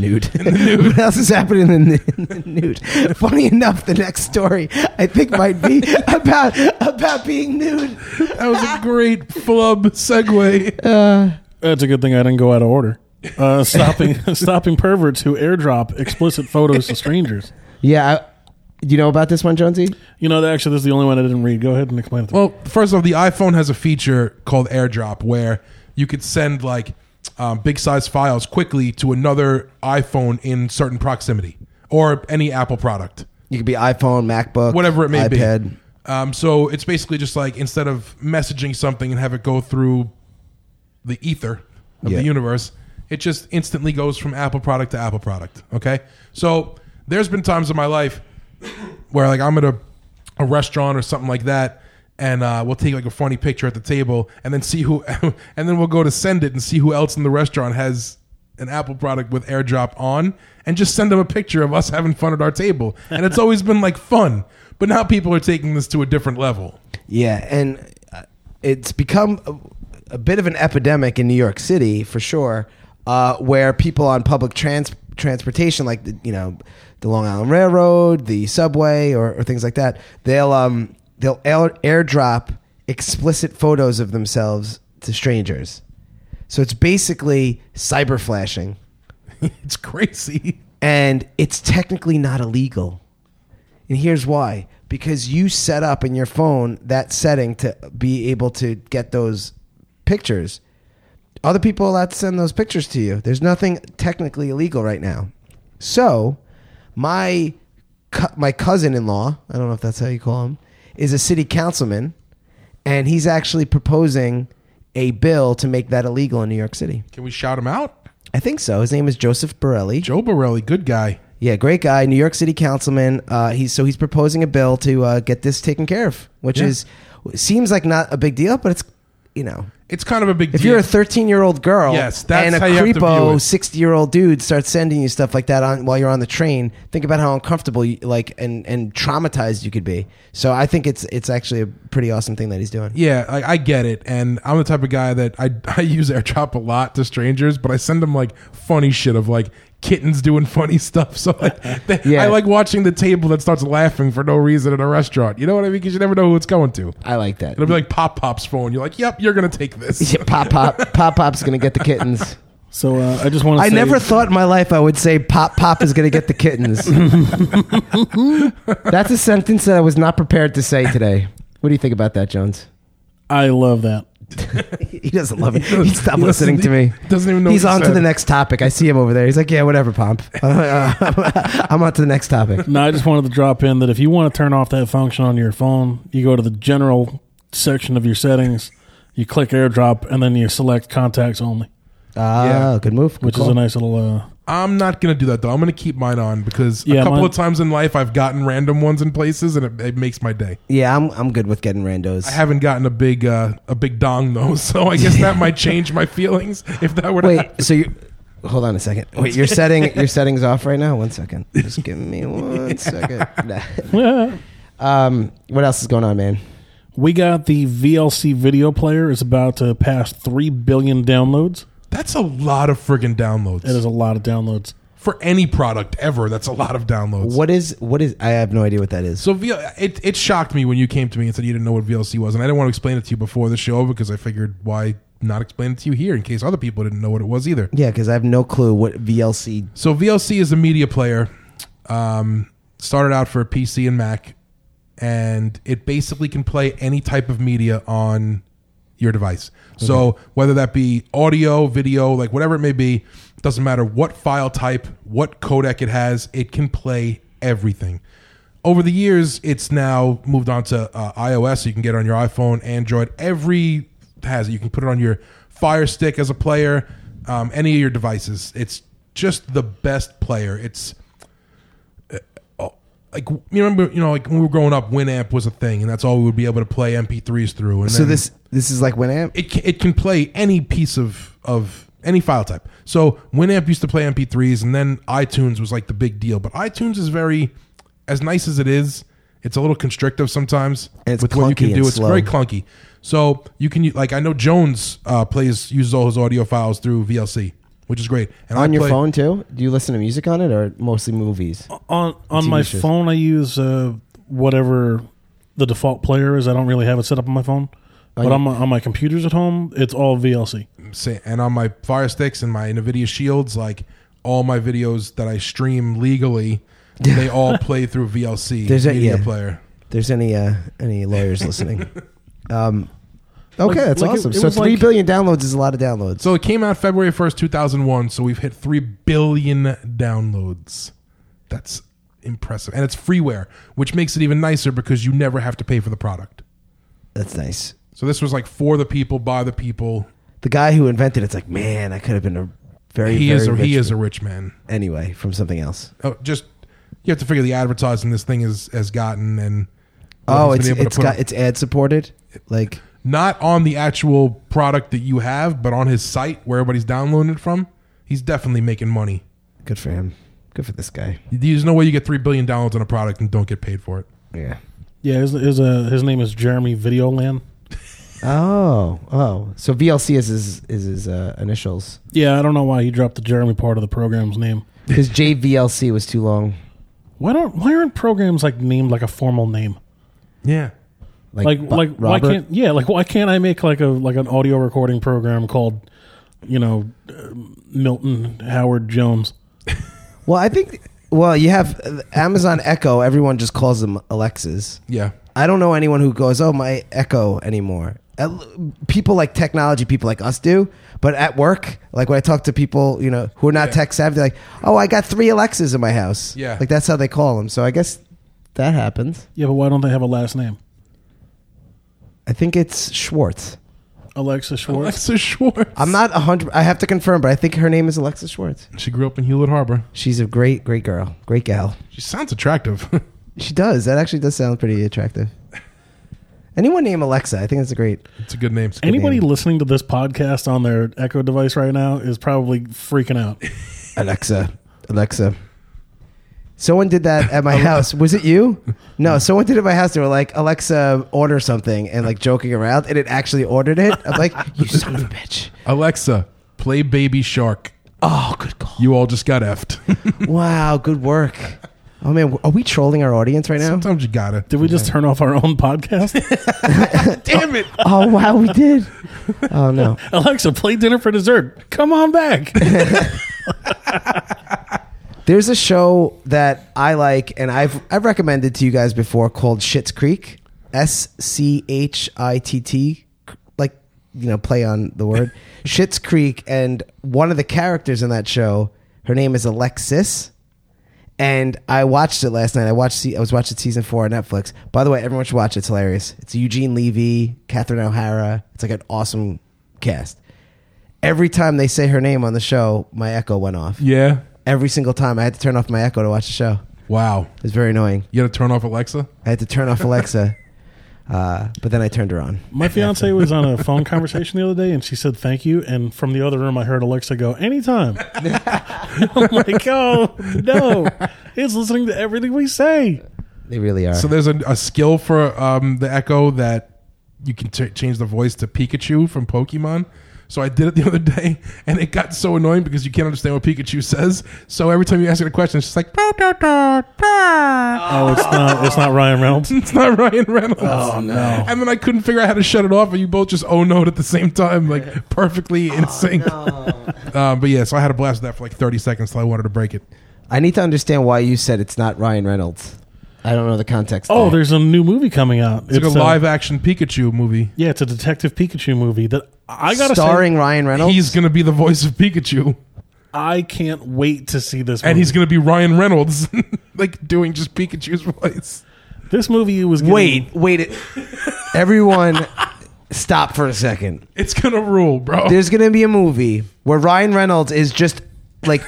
C: nude. what else is happening in the, in the nude? Funny enough, the next story I think might be about about being nude.
D: That was a great flub segue.
C: Uh,
E: That's a good thing I didn't go out of order. Uh, stopping stopping perverts who airdrop explicit photos to strangers.
C: Yeah, I, you know about this one, Jonesy?
E: You know, actually, this is the only one I didn't read. Go ahead and explain it. To me.
D: Well, first off, the iPhone has a feature called AirDrop where you could send like um, big size files quickly to another iPhone in certain proximity or any Apple product.
C: You could be iPhone, MacBook,
D: whatever it may
C: iPad.
D: be. Um, so it's basically just like instead of messaging something and have it go through the ether of
C: Yeah.
D: the universe, it just instantly goes from Apple product to Apple product. Okay, so there's been times in my life where like I'm at a a restaurant or something like that. And uh, we'll take like a funny picture at the table, and then see who, and then we'll go to send it and see who else in the restaurant has an Apple product with AirDrop on and just send them a picture of us having fun at our table. And it's always been like fun, but now people are taking this to a different level.
C: Yeah, and uh, it's become a, a bit of an epidemic in New York City for sure, uh, where people on public trans- transportation, like the, you know, the Long Island Railroad, the subway, or, or things like that, they'll um, they'll air- airdrop explicit photos of themselves to strangers. So it's basically cyber flashing
D: It's crazy.
C: and it's technically not illegal. And here's why because you set up in your phone that setting to be able to get those pictures. Other people are allowed to send those pictures to you. There's nothing technically illegal right now. So, my cu- my cousin-in-law, I don't know if that's how you call him, is a city councilman and he's actually proposing a bill to make that illegal in New York City.
D: Can we shout him out?
C: I think so. His name is Joseph Borelli.
D: Joe Borelli, good guy.
C: Yeah, great guy, New York City councilman. Uh, he's so he's proposing a bill to uh, get this taken care of, which
D: Yeah.
C: is seems like not a big deal, but it's you know
D: It's kind of a big
C: if
D: deal.
C: you're a 13 year old girl
D: Yes, that's
C: and a
D: how you have to view
C: creepo
D: it.
C: 60 year old dude starts sending you stuff like that on while you're on the train, think about how uncomfortable you, like and and traumatized you could be. So I think it's it's actually a pretty awesome thing that he's doing.
D: yeah, I, I get it, and I'm the type of guy that I I use AirDrop a lot to strangers, but I send them like funny shit of like kittens doing funny stuff. So like, they-
C: Yeah.
D: I like watching the table that starts laughing for no reason at a restaurant. You know what I mean? Because you never know who it's going to.
C: I like that.
D: It'll be like Pop Pop's phone. You're like, yep, you're gonna take this.
C: Yeah, pop pop pop pop's gonna get the kittens.
E: So uh, I just want to.
C: I never thought in my life I would say Pop Pop is going to get the kittens. That's a sentence that I was not prepared to say today. What do you think about that, Jones?
E: I love that.
C: He doesn't love it. He stopped
D: he doesn't-
C: listening to me.
D: he doesn't even know
C: He's
D: what you
C: on to
D: said.
C: the next topic. I see him over there. He's like, yeah, whatever, Pomp. I'm on to the next topic.
E: No, I just wanted to drop in that if you want to turn off that function on your phone, you go to the general section of your settings, you click AirDrop, and then you select contacts only,
C: Ah,
D: Yeah.
C: good move. Good
E: which is
C: call.
E: a nice little. Uh,
D: I'm not gonna do that though. I'm gonna keep mine on because
E: Yeah,
D: a couple
E: mine-
D: of times in life I've gotten random ones in places and it, it makes my day.
C: Yeah, I'm, I'm good with getting randos.
D: I haven't gotten a big uh, a big dong though, so I guess that might change my feelings if that were to
C: Wait,
D: happen.
C: so you hold on a second. Wait, your setting your settings off right now. One second. Just give me one second. Nah.
E: yeah.
C: Um, what else is going on, man?
E: We got the VLC video player is about to pass three billion downloads.
D: That's a lot of friggin' downloads
E: That is a lot of downloads.
D: for any product ever. That's a lot of downloads.
C: What is what is? I have no idea what that is.
D: So V- it it shocked me when you came to me and said you didn't know what VLC was, and I didn't want to explain it to you before the show because I figured why not explain it to you here in case other people didn't know what it was either.
C: yeah, because I have no clue what VLC.
D: So VLC is a media player. Um, started out for PC and Mac, and it basically can play any type of media on your device. So whether that be audio, video, like whatever it may be, doesn't matter what file type, what codec it has, it can play everything. Over the years, it's now moved on to uh, iOS. So you can get it on your iPhone, Android, every has it. You can put it on your Fire Stick as a player, um, any of your devices. It's just the best player. It's uh, oh, like you remember, you know, like when we were growing up, Winamp was a thing, and that's all we would be able to play MP3s through. And
C: So
D: then
C: this this is like Winamp.
D: it ca- it can play any piece of of any file type. So Winamp used to play MP3s, and then iTunes was like the big deal. But iTunes is very, as nice as it is, it's a little constrictive sometimes
C: And it's
D: with what you
C: clunky
D: can
C: and
D: do. It's
C: slow.
D: very clunky. So you can u- like I know Jones uh, plays uses all his audio files through VLC, which is great. And
C: on
D: I
C: your
D: play-
C: phone too? Do you listen to music on it or mostly movies?
E: On on my
C: shows.
E: phone, I use uh, whatever the default player is. I don't really have it set up on my phone, but on my, on my computers at home, it's all VLC.
D: say, and on my Fire Sticks and my Nvidia Shields, like all my videos that I stream legally, they all play through VLC
C: There's a-
D: media
C: yeah.
D: player.
C: There's any uh, any lawyers listening? Um, okay, that's
E: like it-
C: awesome.
E: it
C: so
E: was
C: three
E: like-
C: billion downloads is a lot of downloads.
D: So it came out February first, two thousand one. So we've hit three billion downloads. That's impressive, and it's freeware, which makes it even nicer because you never have to pay for the product.
C: that's nice.
D: So this was like for the people, by the people.
C: The guy who invented it's like, man, I could have been a very
D: He
C: very
D: is a,
C: rich
D: he is a rich man.
C: anyway from something else.
D: Oh, just you have to figure the advertising this thing has has gotten and. what
C: oh,
D: he's
C: it's
D: been able to
C: it's
D: put
C: got
D: on-
C: it's ad supported. Like
D: not on the actual product that you have, but on his site where everybody's downloading it from, he's definitely making money.
C: good for him. Good for this guy.
D: There's no way you get three billion dollars on a product and don't get paid for it.
C: Yeah.
E: Yeah, his his, uh, his name is Jeremy Videoland.
C: Oh, oh. So VLC is his is his uh, initials
E: Yeah, I don't know why he dropped the Jeremy part of the program's name.
C: because JVLC was too long.
E: Why don't why aren't programs like named like a formal name?
D: Yeah,
E: Like
C: Bu-
E: like why
C: Robert?
E: can't yeah like why can't I make like a like an audio recording program called you know uh, Milton Howard Jones?
C: Well, I think. Well, you have uh, Amazon Echo. Everyone just calls them Alexas.
D: yeah.
C: I don't know anyone who goes, "Oh, my Echo" anymore. Al- People like technology, people like us do. But at work, like when I talk to people, you know, who are not
D: Yeah.
C: tech savvy, they're like, "Oh, I got three Alexas in my house."
D: Yeah.
C: like that's how they call them. So I guess that happens.
E: Yeah, but why don't they have a last name?
C: I think it's Schwartz.
E: Alexa Schwartz.
D: Alexa Schwartz.
C: I'm not a hundred. I have to confirm, but I think her name is Alexa Schwartz.
D: She grew up in Hewlett Harbor.
C: She's a great, great girl, great gal.
D: She sounds attractive.
C: She does. That actually does sound pretty attractive. Anyone named Alexa? I think that's a great.
D: it's a good name.
E: Anybody
C: name.
E: listening to this podcast on their Echo device right now is probably freaking out.
C: Alexa, Alexa. Someone did that at my house. Was it you? No, someone did it at my house. They were like, Alexa, order something, and like joking around, and it actually ordered it. I'm like, you son of a bitch.
D: Alexa, play Baby Shark.
C: Oh, good call.
D: You all just got effed.
C: Wow, good work. Oh man, are we trolling our audience right now?
D: Sometimes you gotta.
E: Did we just turn off our own podcast?
D: Damn it!
C: Oh wow, we did. Oh no.
E: Alexa, play dinner for dessert. Come on back.
C: There's a show that I like and I've I've recommended to you guys before called Shits Creek. S C H I T T like you know play on the word Shits Creek and one of the characters in that show her name is Alexis and I watched it last night. I watched se- I was watching season 4 on Netflix. By the way, everyone should watch it. It's hilarious. It's Eugene Levy, Catherine O'Hara. It's like an awesome cast. Every time they say her name on the show, my echo went off
D: Yeah.
C: every single time. I had to turn off my Echo to watch the show.
D: Wow.
C: It was very annoying.
D: You got to turn off Alexa.
C: I had to turn off Alexa, uh, but then I turned her on.
E: My fiance was on a phone conversation the other day, and she said thank you. And from the other room, I heard Alexa go anytime. I'm like, oh no, it's listening to everything we say.
C: They really are.
D: So there's a, a skill for um, the Echo that you can t- change the voice to Pikachu from Pokemon. So I did it the other day, and it got so annoying because you can't understand what Pikachu says. So every time you ask it a question, it's just like, "Bah, dah, dah, bah."
E: Oh, it's not. It's not Ryan Reynolds.
D: it's not Ryan Reynolds. Oh no! And then I couldn't figure out how to shut it off, and you both just oh no at the same time, like perfectly in sync. Uh, but yeah, so I had a blast with that for like 30 seconds till I wanted to break it.
C: I need to understand why you said it's not Ryan Reynolds. I don't know the context.
E: Oh,
C: there.
E: there's a new movie coming out.
D: It's, uh, like a live action Pikachu movie.
E: yeah, it's a Detective Pikachu movie that I gotta
C: starring
E: say,
C: Ryan Reynolds.
D: He's gonna be the voice of Pikachu.
E: I can't wait to see this. Movie.
D: and he's going to be Ryan Reynolds, like doing just Pikachu's voice.
E: this movie was getting,
C: wait, wait. It, everyone, stop for a second.
D: It's going to rule, bro.
C: There's gonna be a movie where Ryan Reynolds is just like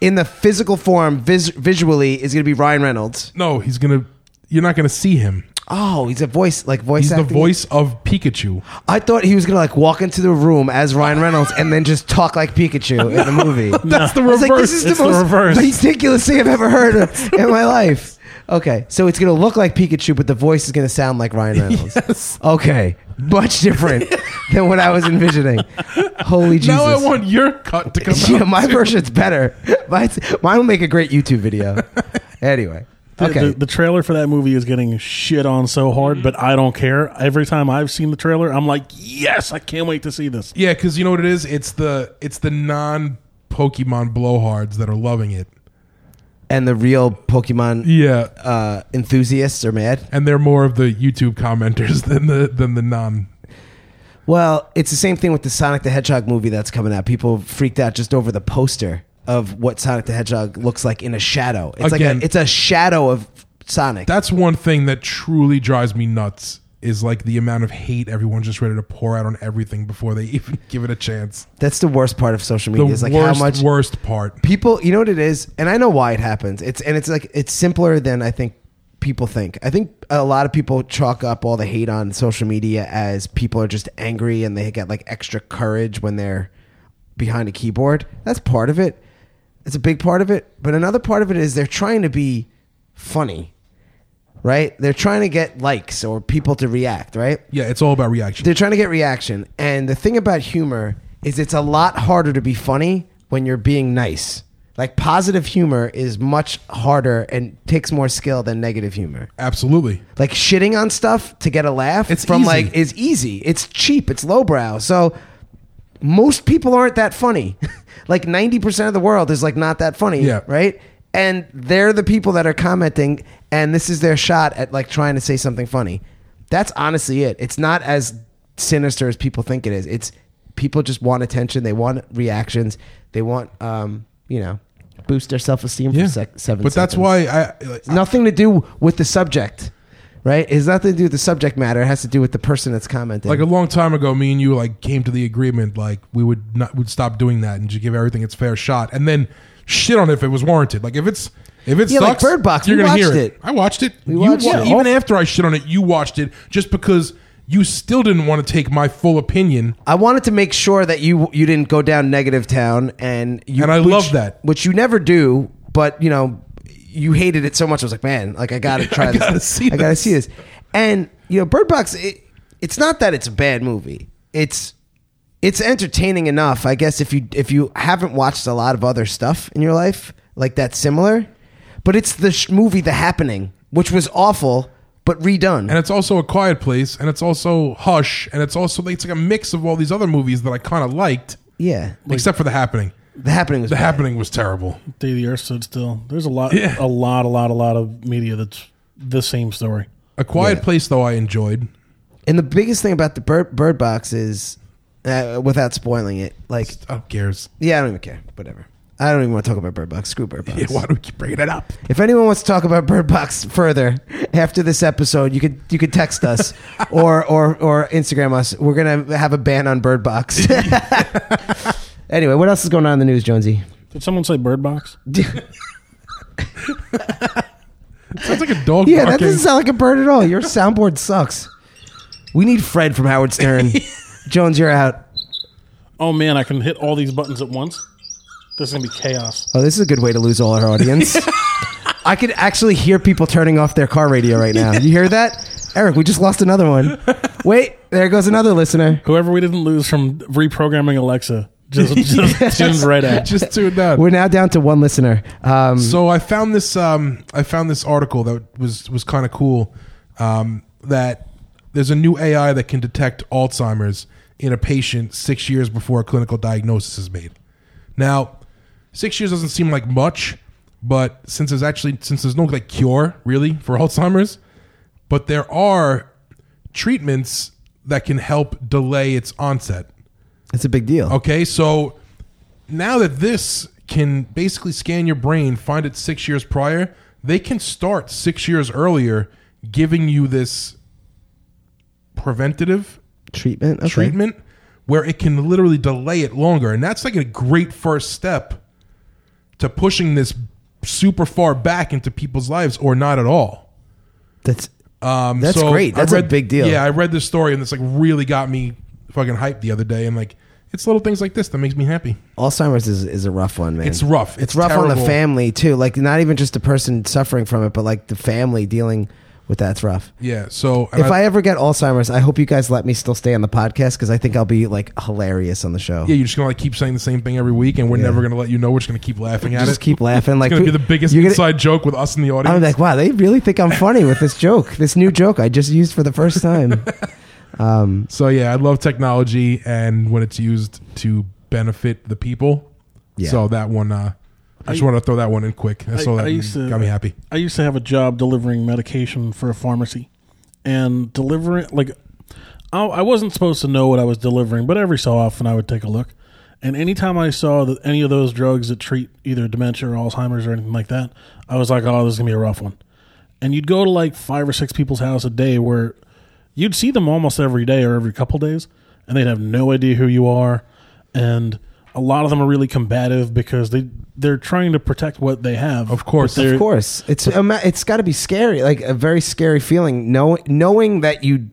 C: in the physical form, vis- visually is gonna be Ryan Reynolds.
D: no, he's going to. You're not going to see him.
C: Oh, he's a voice like voice.
D: He's the
C: acting.
D: voice of Pikachu.
C: I thought he was gonna like walk into the room as Ryan Reynolds and then just talk like Pikachu in the movie.
D: That's the
C: I was
D: reverse.
C: like, this is the
E: It's the
C: most
E: reverse.
C: ridiculous thing I've ever heard of in my life. Okay, so it's gonna look like Pikachu, but the voice is gonna sound like Ryan Reynolds.
D: Yes.
C: Okay, much different than what I was envisioning. Holy Jesus!
D: Now I want your cut to come
C: yeah,
D: out.
C: my
D: too.
C: version's better. Mine's- Mine will make a great YouTube video. Anyway,
E: The,
C: okay,
E: the, the trailer for that movie is getting shit on so hard, but I don't care. Every time I've seen the trailer, I'm like, yes, I can't wait to see this.
D: Yeah, because you know what it is? It's the it's the non Pokemon blowhards that are loving it.
C: and the real Pokemon
D: Yeah,
C: uh, enthusiasts are mad.
D: and they're more of the YouTube commenters than the than the non.
C: Well, it's the same thing with the Sonic the Hedgehog movie that's coming out. People freaked out just over the poster of what Sonic the Hedgehog looks like in a shadow. It's
D: Again.
C: like a, it's a shadow of Sonic.
D: That's one thing that truly drives me nuts. Is like the amount of hate everyone's just ready to pour out on everything before they even give it a chance.
C: that's the worst part of social
D: the
C: media. Is like
D: worst,
C: how much
D: worst part.
C: people. You know what it is, and I know why it happens. It's and it's like it's simpler than I think people think. I think a lot of people chalk up all the hate on social media as people are just angry and they get like extra courage when they're behind a keyboard. That's part of it. It's a big part of it, but another part of it is they're trying to be funny. Right? They're trying to get likes or people to react, right?
D: Yeah, it's all about reaction.
C: They're trying to get reaction. And the thing about humor is it's a lot harder to be funny when you're being nice. Like positive humor is much harder and takes more skill than negative humor.
D: Absolutely.
C: Like shitting on stuff to get a laugh
D: It's
C: from
D: easy.
C: like is easy. It's cheap, it's lowbrow. So most people aren't that funny. like 90% of the world is like not that funny,
D: Yeah.
C: right? And they're the people that are commenting and this is their shot at like trying to say something funny. That's honestly it. It's not as sinister as people think it is. It's people just want attention, they want reactions, they want um, you know, boost their self-esteem for sec- 7
D: but that's
C: seconds
D: why I like,
C: nothing to do with the subject, right? It has nothing to do with the subject matter. It has to do with the person that's commenting.
D: like a long time ago, me and you like came to the agreement like we would not would stop doing that and just give everything its fair shot, and then shit on it if it was warranted. Like if it's if it
C: Yeah, like
D: sucks,
C: Bird Box,
D: you're
C: we
D: gonna hear
C: watched
D: it.
C: it.
D: I watched it. You
C: watched
D: wa-
C: it.
D: Even after I shit on it, you watched it just because you still didn't want to take my full opinion.
C: I wanted to make sure that you you didn't go down negative town, and you
D: And I
C: which-
D: love that.
C: which you never do. But you know, you hated it so much. I was like, man, like I gotta try.
D: I
C: this.
D: gotta see
C: I gotta
D: this.
C: see this. And you know, Bird Box. It, it's not that it's a bad movie. It's it's entertaining enough, I guess. If you if you haven't watched a lot of other stuff in your life like that's similar, but it's the sh- movie The Happening, which was awful, but redone.
D: and it's also a quiet place, and it's also Hush, and it's also it's like a mix of all these other movies that I kind of liked,
C: yeah,
D: except for The Happening.
C: the happening was
D: The
C: bad.
D: Happening was terrible.
E: Day the Earth Stood Still. There's a lot,
D: Yeah.
E: a lot, a lot, a lot of media that's the same story.
D: A Quiet Place, though, I enjoyed.
C: And the biggest thing about the bird, bird box is, uh, without spoiling it, like
D: Oh, cares?
C: yeah, I don't even care. Whatever. I don't even want to talk about Bird Box. Screw Bird Box.
D: Yeah, why do we keep bringing it up?
C: If anyone wants to talk about Bird Box further after this episode, you could you could text us or or or Instagram us. We're gonna have a ban on Bird Box. anyway, what else is going on in the news, Jonesy?
E: Did someone say Bird Box?
D: Sounds like a dog.
C: Yeah, that
D: barking.
C: doesn't sound like a bird at all. Your soundboard sucks. We need Fred from Howard Stern. Jones, you're out.
E: Oh man, I can hit all these buttons at once. This is gonna be chaos.
C: Oh, this is a good way to lose all our audience. I could actually hear people turning off their car radio right now. You hear that? Eric, we just lost another one. Wait, there goes another listener.
E: Whoever we didn't lose from reprogramming Alexa just just tuned right at.
D: just do that.
C: We're now down to one listener. Um,
D: So I found this. Um, I found this article that was was kind of cool. Um, that there's a new AI that can detect Alzheimer's in a patient six years before a clinical diagnosis is made. Now, six years doesn't seem like much, but since there's actually since there's no like cure really for Alzheimer's, but there are treatments that can help delay its onset.
C: it's a big deal.
D: Okay, so now that this can basically scan your brain, find it six years prior, they can start six years earlier giving you this preventative
C: Treatment. Okay.
D: treatment where it can literally delay it longer. And that's like a great first step to pushing this super far back into people's lives or not at all.
C: That's
D: Um,
C: That's
D: so
C: great.
D: I
C: That's a
D: read-
C: big deal.
D: Yeah, I read this story and this like really got me fucking hyped the other day. And like, it's little things like this that makes me happy.
C: Alzheimer's is, is a rough one, man.
D: It's rough.
C: It's,
D: It's
C: rough on the
D: terrible.
C: family too. Like not even just the person suffering from it, but like the family dealing with that's rough.
D: Yeah. So and
C: If I ever get Alzheimer's, I hope you guys let me still stay on the podcast because I think I'll be like hilarious on the show.
D: yeah, you're just gonna like keep saying the same thing every week, and we're never gonna let you know. We're just gonna keep laughing at
C: Just
D: it.
C: keep laughing. Like
D: it's gonna be the biggest
C: you're gonna-
D: inside joke with us in the audience.
C: I'm like, wow, they really think I'm funny with this joke, this new joke I just used for the first time.
D: so yeah, I love technology, and when it's used to benefit the people.
C: Yeah.
D: So that one, uh, I just
E: I-
D: want to throw that one in quick. I,
E: I-
D: saw that
E: I
D: and
E: used to-
D: got me happy.
E: I used to have a job delivering medication for a pharmacy, and delivering like I, I wasn't supposed to know what I was delivering, but every so often I would take a look. And anytime I saw that any of those drugs that treat either dementia or Alzheimer's or anything like that, I was like, "Oh, this is gonna be a rough one." And you'd go to like five or six people's house a day, where you'd see them almost every day or every couple days, and they'd have no idea who you are. And a lot of them are really combative because they they're trying to protect what they have.
D: Of course.
E: but they're-
C: Of course, it's ima- it's got to be scary, like a very scary feeling. Know, knowing that you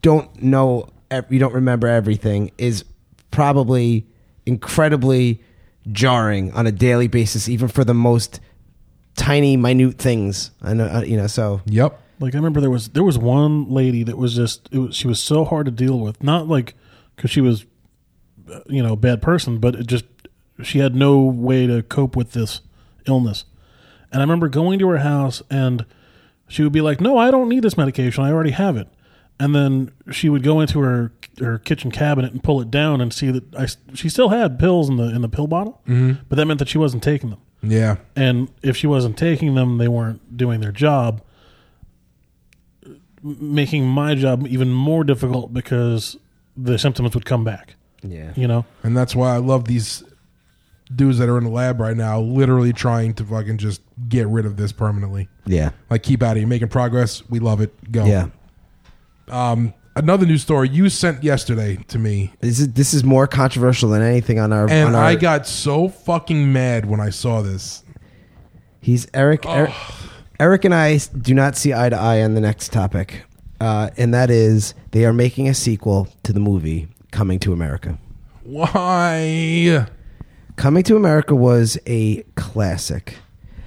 C: don't know, ev- you don't remember everything is probably incredibly jarring on a daily basis, even for the most tiny, minute things. I know, uh, you know. So
D: Yep.
E: Like I remember there was there was one lady that was just it was, she was so hard to deal with. Not like because she was uh, you know a bad person, but it just she had no way to cope with this illness. And I remember going to her house and she would be like, "No, I don't need this medication. I already have it." And then she would go into her her kitchen cabinet and pull it down and see that I s- she still had pills in the in the pill bottle, mm-hmm. but that meant that she wasn't taking them
D: Yeah.
E: and if she wasn't taking them, they weren't doing their job, m- making my job even more difficult because the symptoms would come back.
C: yeah,
E: You know,
D: And that's why I love these dudes that are in the lab right now, literally trying to fucking just get rid of this permanently.
C: yeah,
D: Like, keep at it. You're making progress. We love it. Go.
C: yeah.
D: Um, Another news story you sent yesterday to me,
C: This is this is more controversial than anything on our.
D: and
C: on our,
D: I got so fucking mad when I saw this.
C: He's Eric. Eric, Eric and I do not see eye to eye on the next topic, uh, and that is they are making a sequel to the movie Coming to America.
D: Why?
C: Coming to America was a classic.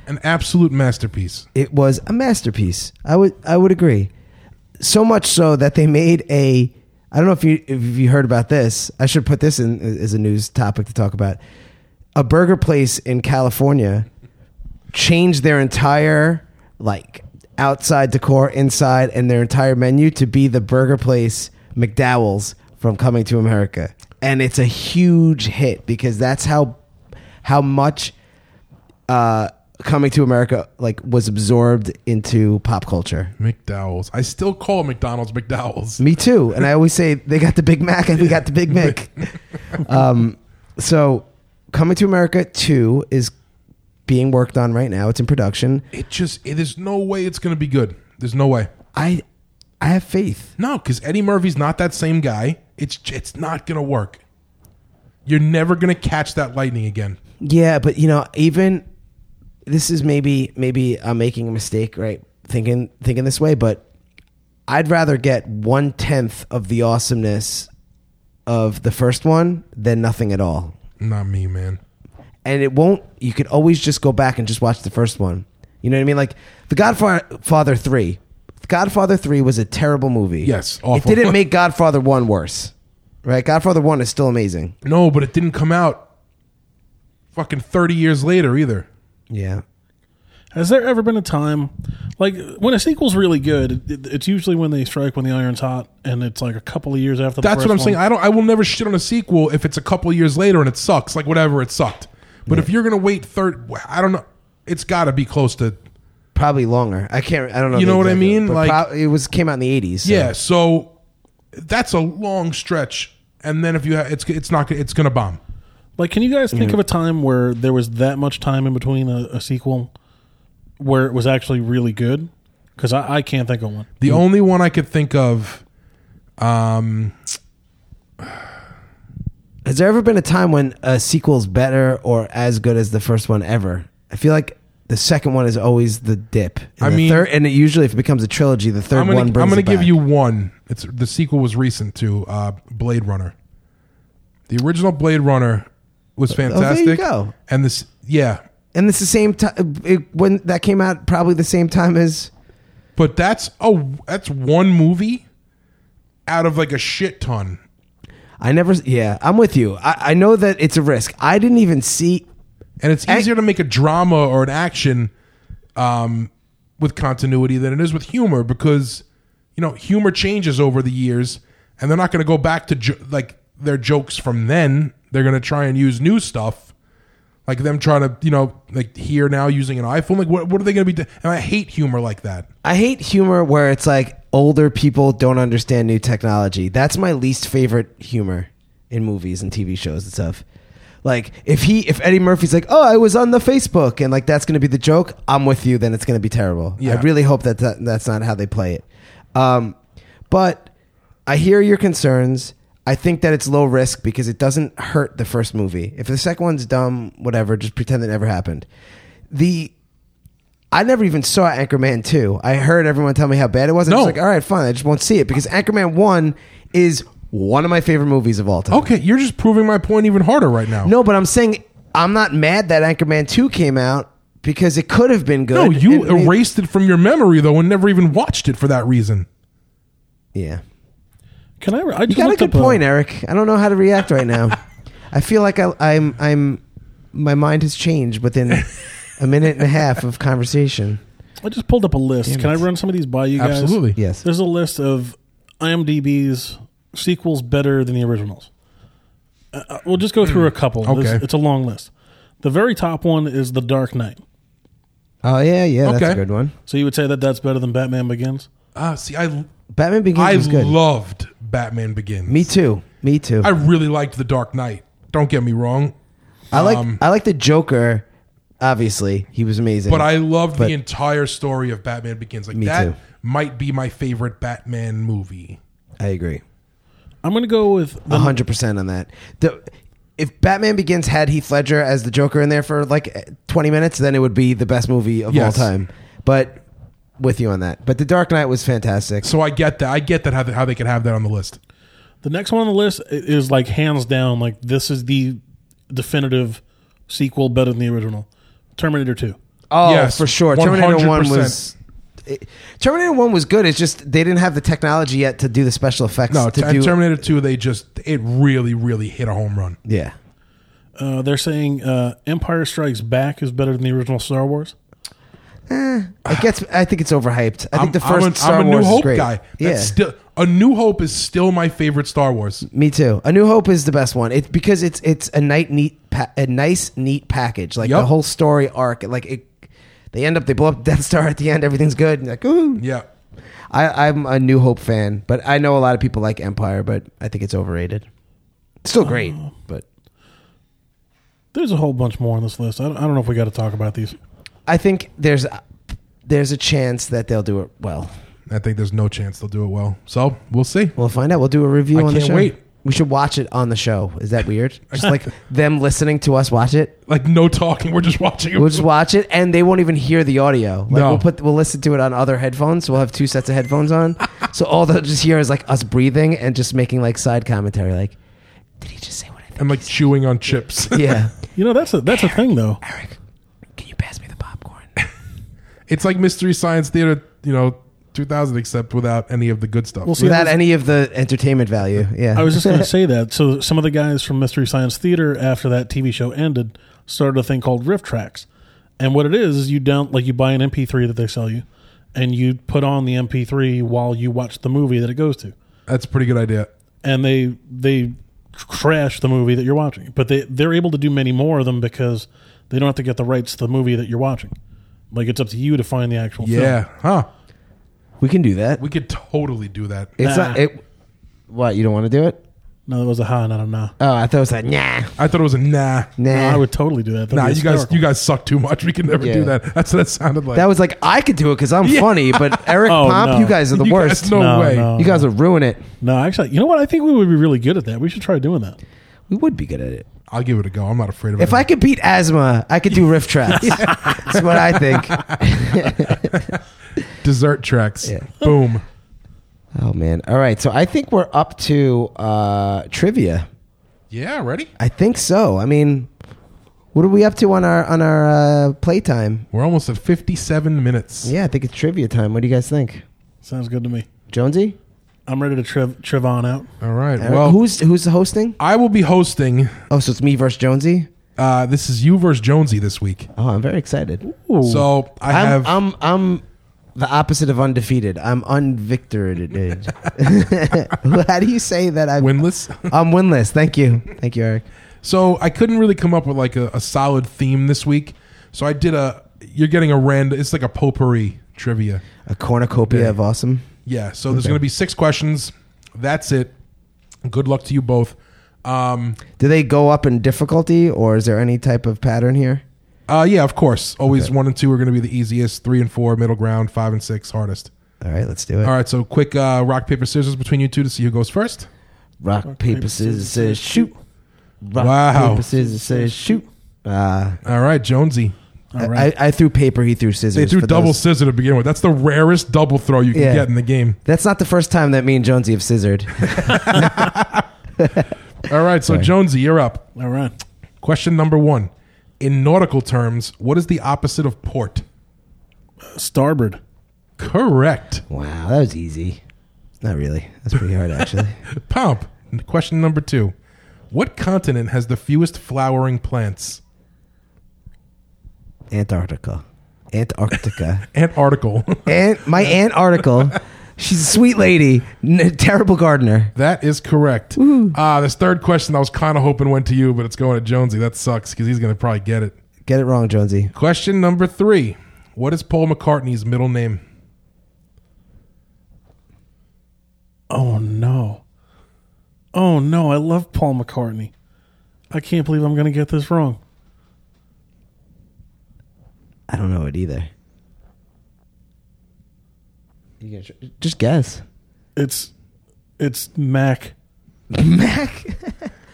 D: An absolute masterpiece.
C: It was a masterpiece. I would I would agree. So much so that they made a. I don't know if you if you heard about this. I should put this in as a news topic to talk about. A burger place in California changed their entire like outside decor, inside, and their entire menu to be the burger place McDowell's from Coming to America. And it's a huge hit because that's how how much uh, Coming to America like was absorbed into pop culture.
D: McDowell's. I still call McDonald's McDowell's.
C: Me too. And I always say they got the Big Mac and we got the Big Mac. um, so, Coming to America 2 is being worked on right now. It's in production.
D: It just it, there's no way it's gonna be good. There's no way.
C: I I have faith.
D: No, because Eddie Murphy's not that same guy. It's it's not gonna work. You're never gonna catch that lightning again.
C: Yeah, but you know, even this is maybe maybe I'm making a mistake, right? Thinking thinking this way, but I'd rather get one tenth of the awesomeness of the first one than nothing at all.
D: Not me, man.
C: and it won't you could always just go back and just watch the first one you know what i mean like the godfather 3 The godfather 3 was a terrible movie
D: Yes, awful.
C: it didn't make godfather 1 worse right godfather 1 is still amazing
D: No, but it didn't come out fucking 30 years later either.
C: yeah
E: Has there ever been a time, like when a sequel's really good, it, it's usually when they strike when the iron's hot, and it's like a couple of years after. The
D: That's
E: first
D: what I'm
E: one.
D: saying. I don't I will never shit on a sequel if it's a couple of years later and it sucks. Like whatever, it sucked. But if you're going to wait third I don't know. It's got to be close to
C: probably longer i can't i don't know
D: You
C: the
D: know what I
C: exact-
D: mean?
C: but
D: Like-
C: prob- it was came out in the 80s so-
D: Yeah, so that's a long stretch and then if you ha- it's it's not it's going to bomb.
E: Like, can you guys
D: Mm-hmm.
E: think of a time where there was that much time in between a, a sequel where it was actually really good? Because I, I can't think of one.
C: Mm.
D: The only one I could think of um
C: has there ever been a time when a sequel's better or as good as the first one ever i feel like the second one is always the dip. And
D: I
C: the
D: mean-
C: third, and it usually if it becomes a trilogy, the 3rd
D: I'm gonna,
C: one brings
D: I'm gonna
C: it
D: give
C: back.
D: you one. It's the sequel was recent to uh, Blade Runner. The original Blade Runner was
C: Oh, there you
D: fantastic.
C: go.
D: And this, yeah,
C: and it's the same time it, when that came out probably the same time as
D: but that's oh, that's one movie out of like a shit ton.
C: i never yeah i'm with you i, I know that it's a risk i didn't even see
D: And it's
C: And-
D: easier to make a drama or an action um, with continuity than it is with humor because you know humor changes over the years, and they're not going to go back to jo- like their jokes from then. They're going to try and use new stuff, like them trying to you know like here now using an iPhone. Like what what are they going to be? Do- and I hate humor like that.
C: i hate humor where it's like older people don't understand new technology that's my least favorite humor in movies and tv shows and stuff like if he if eddie murphy's like oh i was on the facebook and like that's gonna be the joke i'm with you then it's gonna be terrible
D: Yeah.
C: i really hope that, that that's not how they play it um, but I hear your concerns. I think that it's low risk because it doesn't hurt the first movie. If the second one's dumb, whatever, just pretend it never happened. The I never even saw Anchorman 2. I heard everyone tell me how bad it was. I
D: No.
C: was like, all right, fine, I just won't see it because Anchorman 1 is one of my favorite movies of all time.
D: Okay, you're just proving my point even harder right now.
C: No, but I'm saying I'm not mad that Anchorman 2 came out because it could have been good.
D: no, you
C: And-
D: erased it from your memory though, and never even watched it for that reason.
C: Yeah.
E: Can I? I
C: You
E: just
C: got a
E: looked
C: good
E: up
C: point, Eric. I don't know how to react right now. I feel like I, I'm, I'm, my mind has changed within a minute and a half of conversation.
E: I just pulled up a list. Can I run some of these by you guys?
D: Absolutely.
C: Yes.
E: There's a list of IMDb's sequels better than the originals. Uh, uh, we'll just go through a couple. This-
D: Hmm. Okay.
E: it's a long list. The very top one is The Dark Knight.
C: Oh yeah, yeah, that's a
D: Okay.
C: good one.
E: So you would say that that's better than Batman Begins?
D: Ah, see, I
C: Batman Begins
D: I
C: is good.
D: loved Batman Begins.
C: Me too. Me too.
D: I
C: I,
D: really liked The Dark Knight. Don't get me wrong,
C: like,
D: um,
C: I like the Joker. Obviously, he was amazing.
D: but I loved
C: But-
D: the entire story of Batman Begins. Like
C: Me
D: that
C: too.
D: might be my favorite Batman movie.
C: I agree,
E: I'm going to go with the,
C: hundred percent on that. The, if Batman Begins had Heath Ledger as the Joker in there for like twenty minutes, then it would be the best movie of
D: Yes.
C: all time. But with you on that. But The Dark Knight was fantastic.
D: So I get that. I get that how they, how they could have that on the list.
E: the next one on the list i- is like hands down like this is the definitive sequel better than the original. Terminator 2.
C: Oh,
D: Yes,
C: for sure. Terminator One
D: 100%.
C: was. it- Terminator One was good. It's just they didn't have the technology yet to do the special effects.
D: No,
C: to
D: Ter-
C: do
D: Terminator Two. They just it really really hit a home run.
C: Yeah,
E: Uh, they're saying uh, Empire Strikes Back is better than the original Star Wars.
C: It gets. I think it's overhyped. I think
D: I'm,
C: the 1st
D: I'm a-
C: Star
D: I'm a New
C: Wars is
D: Hope
C: great.
D: guy. That's
C: yeah,
D: still A New Hope is still my favorite Star Wars.
C: me too. A New Hope is the best one. It's because it's it's a night neat pa- a nice neat package. Like the
D: Yup.
C: whole story arc. Like it, they end up they blow up Death Star at the end. Everything's good. And like ooh,
D: Yeah.
C: I, I'm a New Hope fan, but I know a lot of people like Empire, but I think it's overrated. It's still great,
D: Oh.
C: but
E: There's a whole bunch more on this list. I don't, I don't know if we got to talk about these.
C: I think there's there's a chance that they'll do it well.
D: I think there's no chance they'll do it well. So we'll see.
C: We'll find out. We'll do a review
D: I
C: on the
D: can't
C: show.
D: wait.
C: We should watch it on the show. Is that weird? Just like them listening to us watch it.
D: Like no talking. We're just watching it.
C: We'll just watch it, and they won't even hear the audio. Like
D: No.
C: we'll put we'll listen to it on other headphones. So we'll have two sets of headphones on, so all they'll just hear is like us breathing and just making like side commentary. Like, did he just say what I think?
D: and like chewing on chips.
C: yeah,
E: You know, that's a that's a thing though.
C: Eric, can you pass me the popcorn?
D: it's like Mystery Science Theater, you know, 2000, except without any of the good stuff.
E: We'll see.
C: Without
E: I was-
C: any of the entertainment value. Yeah,
E: I was just going to say that. So some of the guys from Mystery Science Theater, after that TV show ended, started a thing called Riff Tracks, and what it is is you down like you buy an MP3 that they sell you, and you put on the MP3 while you watch the movie that it goes to,
D: That's a pretty good idea.
E: and they they trash the movie that you're watching, but they they're able to do many more of them because they don't have to get the rights to the movie that you're watching. Like it's up to you to find the actual
D: Yeah.
E: film.
D: Huh.
C: we can do that.
D: We could totally do that.
C: It's
E: Nah.
C: not it. What you don't want to do it?
E: No, that was a ha, not a nah.
C: Oh, I thought it was like nah,
D: I thought it was a nah.
C: nah.
E: No, I would totally do that. That'd
D: Eh. Nah,
E: be
D: you guys,
E: hysterical.
D: you guys suck too much. We can never
C: Yeah.
D: do that. That's what that sounded like.
C: that was like I could do it because I'm funny, but Eric
E: Oh,
C: Pomp,
E: no.
C: you guys are the
D: You guys-
C: worst.
D: no,
E: No,
D: way.
E: no.
C: You guys would ruin it.
E: No, actually, you know what? I think we would be really good at that. We should try doing that.
C: We would be good at it.
D: I'll give it a go. I'm not afraid of it.
C: If I could beat asthma, I could do riff tracks. That's what I think.
D: Dessert tracks.
C: Yeah.
D: Boom.
C: Oh man! All right, so I think we're up to uh, trivia.
D: Yeah, ready?
C: I think so. I mean, what are we up to on our on our uh, playtime?
D: We're almost at 57 minutes.
C: Yeah, I think it's trivia time. What do you guys think,
E: Sounds good to me.
C: Jonesy?
E: I'm ready to triv, triv on out.
D: All right.
C: Eric,
D: Well,
C: who's who's hosting?
D: I will be hosting.
C: Oh, so it's me versus Jonesy.
D: Uh, this is you versus Jonesy this week.
C: Oh, I'm very excited.
D: So I
C: I'm,
D: have.
C: I'm I'm the opposite of undefeated. I'm unvictored. How do you say that? I'm
D: Winless.
C: I'm winless. Thank you, thank you, Eric.
D: So I couldn't really come up with like a, a solid theme this week. So I did a. You're getting a random. It's like a potpourri trivia.
C: A cornucopia of awesome.
D: Yeah. So there's going to be six questions. That's it. Good luck to you both. Um,
C: Do they go up in difficulty, or is there any type of pattern here?
D: uh, yeah, of course. Always one and two are going to be the easiest. Three and four, middle ground. Five and six, hardest.
C: All right, let's do it.
D: All right. So quick uh, rock paper scissors between you two to see who goes first.
C: Rock, paper, scissors, scissors, shoot. Rock,
D: Wow.
C: paper, scissors, scissors, shoot. Uh,
D: All right, Jonesy.
E: All right.
C: I, I threw paper. He threw scissors.
D: They threw
C: for
D: double
C: those-
D: scissor to begin with. That's the rarest double throw you can
C: Yeah.
D: get in the game.
C: That's not the first time that me and Jonesy have scissored.
D: All right. So Jonesy, you're up.
E: All right.
D: Question number one. In nautical terms, what is the opposite of port?
E: Starboard.
D: Correct.
C: wow, that was easy. Not really. That's pretty hard, actually.
D: Pomp. Question number two. What continent has the fewest flowering plants?
C: Antarctica. Antarctica.
D: Antarctica.
C: Aunt, my Aunt Article. She's a sweet lady, n- terrible gardener.
D: that is correct. Ah, this third question I was kind of hoping went to you, but it's going to Jonesy. That sucks because he's going to probably get it.
C: Get it wrong, Jonesy.
D: Question number three. What is Paul McCartney's middle name?
E: Oh, no. Oh, no. I love Paul McCartney. I can't believe I'm going to get this wrong.
C: I don't know it either. You gonna tr- just guess.
E: It's it's Mac.
C: Mac.